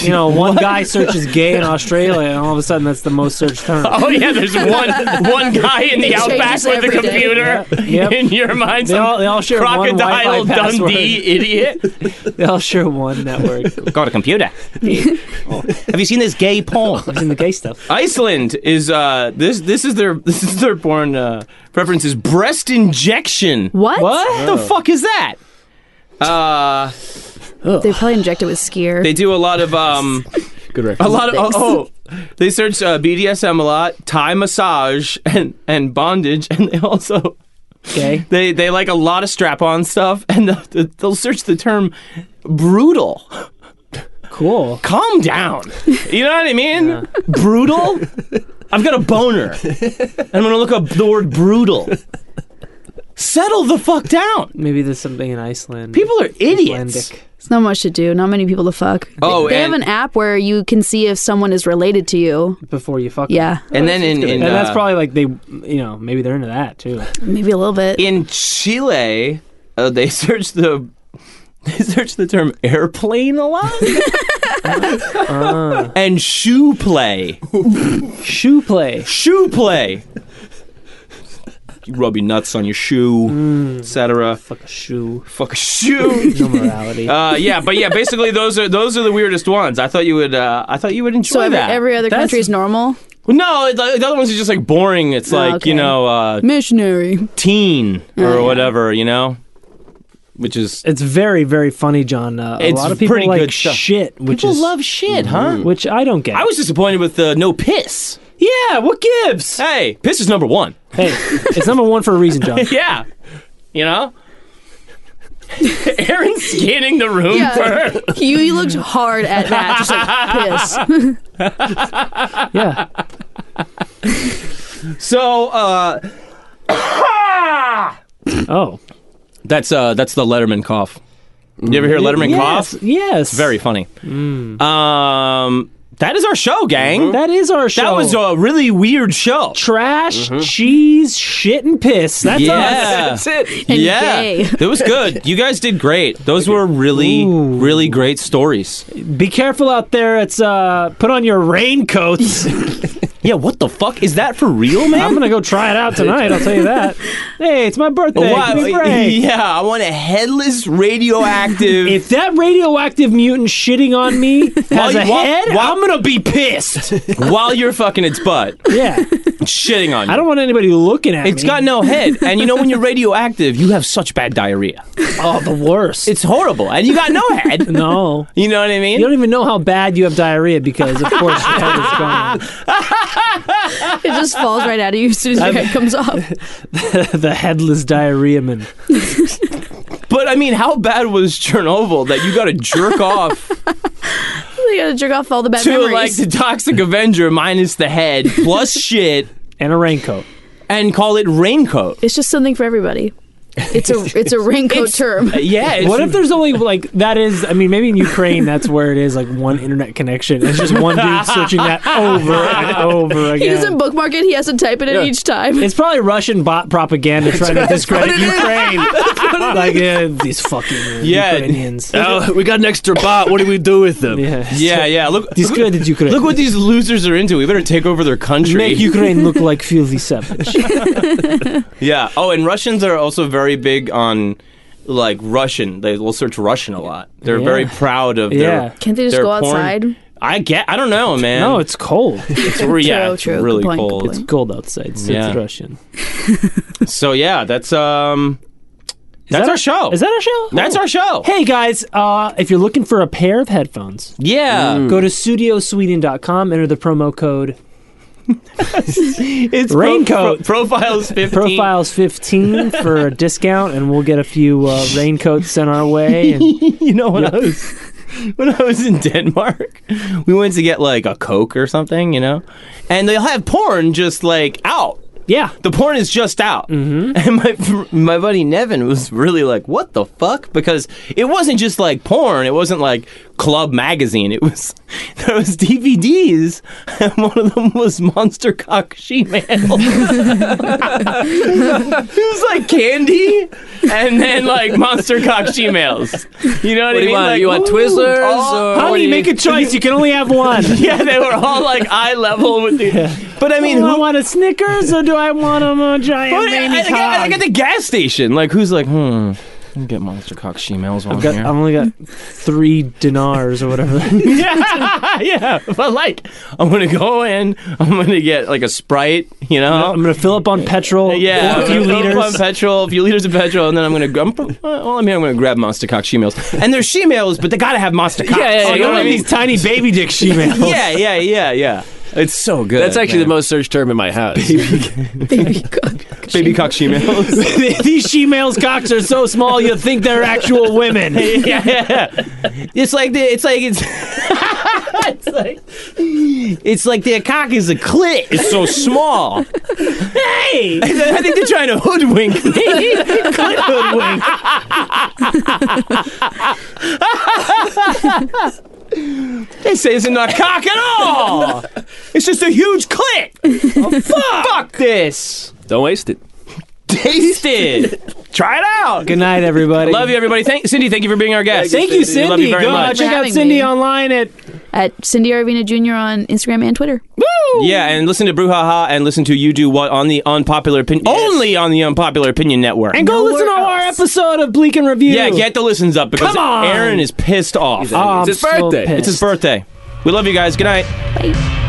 C: You know, one guy searches gay in Australia, and all of a sudden that's the most searched term.
B: oh yeah, there's one one guy in the
E: It
B: outback
E: changes
B: with a
E: every day.
B: computer.
C: Yep.
B: In your mind,
C: They all,
B: some
C: they all share one
B: crocodile
C: Wi-Fi password.
B: Dundee idiot
C: They all share one network.
B: got a computer. Have you seen this gay porn?
C: It's in the gay stuff.
B: Iceland is uh this this is their this is their porn uh, preference is breast injection.
E: What?
B: What the fuck is that? Uh,
E: They probably inject it with skier.
B: they do a lot of um
D: good
B: a
D: reference.
B: lot of oh, oh. they search uh, BDSM a lot, Thai massage and and bondage, and they also
C: Okay.
B: they they like a lot of strap on stuff, and they'll, they'll search the term brutal.
C: Cool.
B: Calm down, you know what I mean? Brutal. I've got a boner. and I'm gonna look up the word brutal. Settle the fuck down.
C: Maybe there's something in Iceland.
B: People are idiots.
C: Icelandic.
E: There's not much to do. Not many people to fuck.
B: Oh,
E: they have
B: and-
E: an app where you can see if someone is related to you.
C: before you fuck. 'em.
E: Yeah,
B: And then in, in
C: And that's
B: uh,
C: probably like they, you know, maybe they're into that too.
E: maybe a little bit.
B: in Chile, uh, they search the they search the term airplane a lot and shoe play.
C: Shoe play.
B: Shoe play. You rub your nuts on your shoe, etc.
C: Fuck a shoe.
B: Fuck a shoe.
C: No morality.
B: Uh, yeah, but yeah, basically those are those are the weirdest ones. I thought you would uh, I thought you would enjoy
E: so every,
B: that.
E: every other
C: That's-
E: country is normal.
B: Well, no, it- the, the other ones are just like boring. It's
E: Oh,
B: like you
E: okay.
B: know, uh,
E: Missionary.
B: teen or
E: Oh, yeah.
B: whatever, you know, which is
C: It's very, very funny, John. Uh, a
B: It's
C: lot of people
B: pretty
C: like
B: good stuff.
C: shit, which
B: people
C: is
B: love shit, huh?
C: which I don't get.
B: I was disappointed with uh, no piss.
C: yeah, what gives?
B: Hey, piss is number one.
C: hey, it's number one for a reason, John.
B: Yeah, you know. Aaron's scanning the room
E: Yeah.
B: for.
E: you, you looked hard at that. Just like piss.
C: Yeah,
B: So uh,
C: oh,
B: that's uh, that's the Letterman cough. You ever hear Letterman
C: yes,
B: cough?
C: yes,
B: Very funny. Mm. Um, that is our show, gang.
C: That is our show.
B: That was a really weird show.
C: trash, cheese, shit, and piss. That's
B: Yeah.
C: us. That's it.
E: And
B: yeah,
E: gay.
B: it was good. You guys did great. Those were really, really great stories.
C: Be careful out there. It's uh, put on your raincoats.
B: Yeah, what the fuck is that for real, man?
C: I'm gonna go try it out tonight. I'll tell you that. Hey, it's my birthday.
B: Why-
C: Give me a break.
B: yeah, I want a headless radioactive.
C: If that radioactive mutant shitting on me has
B: While
C: a
B: you- while-
C: head,
B: while-
C: I'm gonna be pissed.
B: while you're fucking its butt.
C: Yeah.
B: shitting on you.
C: I don't want anybody looking at
B: It's
C: me.
B: got no head. And you know, when you're radioactive, you have such bad diarrhea.
C: oh, the worst.
B: It's horrible. And you got no head.
C: no.
B: You know what I mean?
C: You don't even know how bad you have diarrhea because, of course, your head is gone.
E: It just falls right out of you as soon as your head comes off.
C: the headless diarrhea man.
B: But I mean, how bad was Chernobyl that you got to jerk off
E: They gotta jerk off all the bad
B: to
E: memories.
B: like the Toxic Avenger minus the head plus shit
C: And a raincoat.
B: and call it raincoat?
E: it's just something for everybody. It's a it's a raincoat term.
B: Uh, yeah. It's,
C: What if there's only like that is? I mean, maybe in Ukraine that's where it is like one internet connection. It's just one dude searching that over and over
E: He
C: again.
E: doesn't bookmark it. He has to type it in each time.
C: It's probably Russian bot propaganda trying to discredit Ukraine. like yeah, these fucking uh,
B: Yeah.
C: Ukrainians.
D: Oh, we got an extra bot. What do we do with them?
C: Yeah.
B: Yeah, yeah. Look, look,
C: Discredit Ukraine.
B: look what these losers are into. We better take over their country.
C: Make Ukraine look like filthy savage.
B: Yeah. Oh, and Russians are also very big on like Russian. They will search Russian a lot. They're
C: Yeah.
B: very proud of
C: Yeah.
B: their.
E: Can't they just
B: their
E: go
B: porn-
E: outside?
B: I get. I don't know, man.
C: no, it's cold.
B: it's re- yeah,
E: True,
B: it's
E: true. Good
B: really
E: point, good
B: cold.
E: point.
C: It's cold outside, so
B: Yeah.
C: it's Russian.
B: So yeah, that's um, that's
C: that
B: our show.
C: Is that our show?
B: that's our show.
C: Hey guys, uh, if you're looking for a pair of headphones,
B: Yeah,
C: go to studiosweden.com, enter the promo code
B: it's
C: Raincoat.
B: Pro, pro- profiles fifteen.
C: profiles15 for a discount, and we'll get a few uh, raincoats sent our way. And
B: You know when I was when I was in Denmark, we went to get like a coke or something, you know, and they'll have porn just like out.
C: yeah,
B: the porn is just out.
D: Mm-hmm.
B: And my my buddy Nevin was really like, "What the fuck?" Because it wasn't just like porn. It wasn't like Club Magazine. It was there was DVDs, and one of them was Monster Cock She-Man. it was like candy, and then like Monster Cock She-Males. You know what, I
D: do
B: mean?
D: you want?
B: Like,
D: you want
B: ooh,
D: Twizzlers?
B: all-
D: or what do
C: honey,
D: you-
C: make a choice. You can only have one.
B: yeah, they were all like eye level with the. But I mean,
C: do Oh, I
B: who
C: want a Snickers or do I want a giant
B: But I,
C: Rainy
B: think I, think at
C: Cock?
B: the gas station, like who's like, hmm, I can get monster cock shemales on
C: I've got,
B: here.
C: I've only got three dinars or whatever.
B: yeah, yeah. But like, I'm gonna go in. I'm gonna get like a sprite, you know.
C: I'm gonna fill up on petrol.
B: Oh. yeah,
C: a few
B: I'm gonna
C: liters.
B: pump on petrol, a few liters of petrol, and then I'm gonna go. I'm, pro- well, I mean, I'm gonna grab monster cock shemales, and they're shemales, but they gotta have monster cocks.
D: yeah, yeah,
B: you know what I mean?
C: these tiny baby dick shemales.
B: yeah, yeah, yeah, yeah. It's so good.
D: That's actually
B: man.
D: the most search term in my house.
E: Baby cock.
B: baby cock shemales.
C: These she-males' cocks are so small you think they're actual women.
B: yeah, It's like the it's like it's it's like it's like their cock is a clit. It's so small. hey, I think they're trying to hoodwink me. clit hoodwink. they say it's not cock at all. It's just a huge clit. Oh, fuck. fuck this.
D: Don't waste it.
B: Taste it. Try it out.
C: Good night, everybody.
B: Love you, everybody. Thank Cindy. Thank you for being our guest.
C: Thank you, Cindy.
B: Love you very
C: Go
B: much.
C: check
E: For
C: out
E: having
C: Cindy
E: me.
C: online at
E: At Cindy Arvina Jr. on Instagram and Twitter.
B: Yeah, and listen to Brouhaha and listen to You Do What on the Unpopular Opinion. Only on the Unpopular Opinion Network.
C: and go listen to our episode of Bleak and Review.
B: yeah, get the listens up because
C: Come on.
B: Aaron is pissed off.
C: Oh,
D: It's
C: I'm
B: Ah.
D: his
C: so
D: birthday.
C: pissed.
B: It's his birthday. We love you guys. Good night.
E: Bye.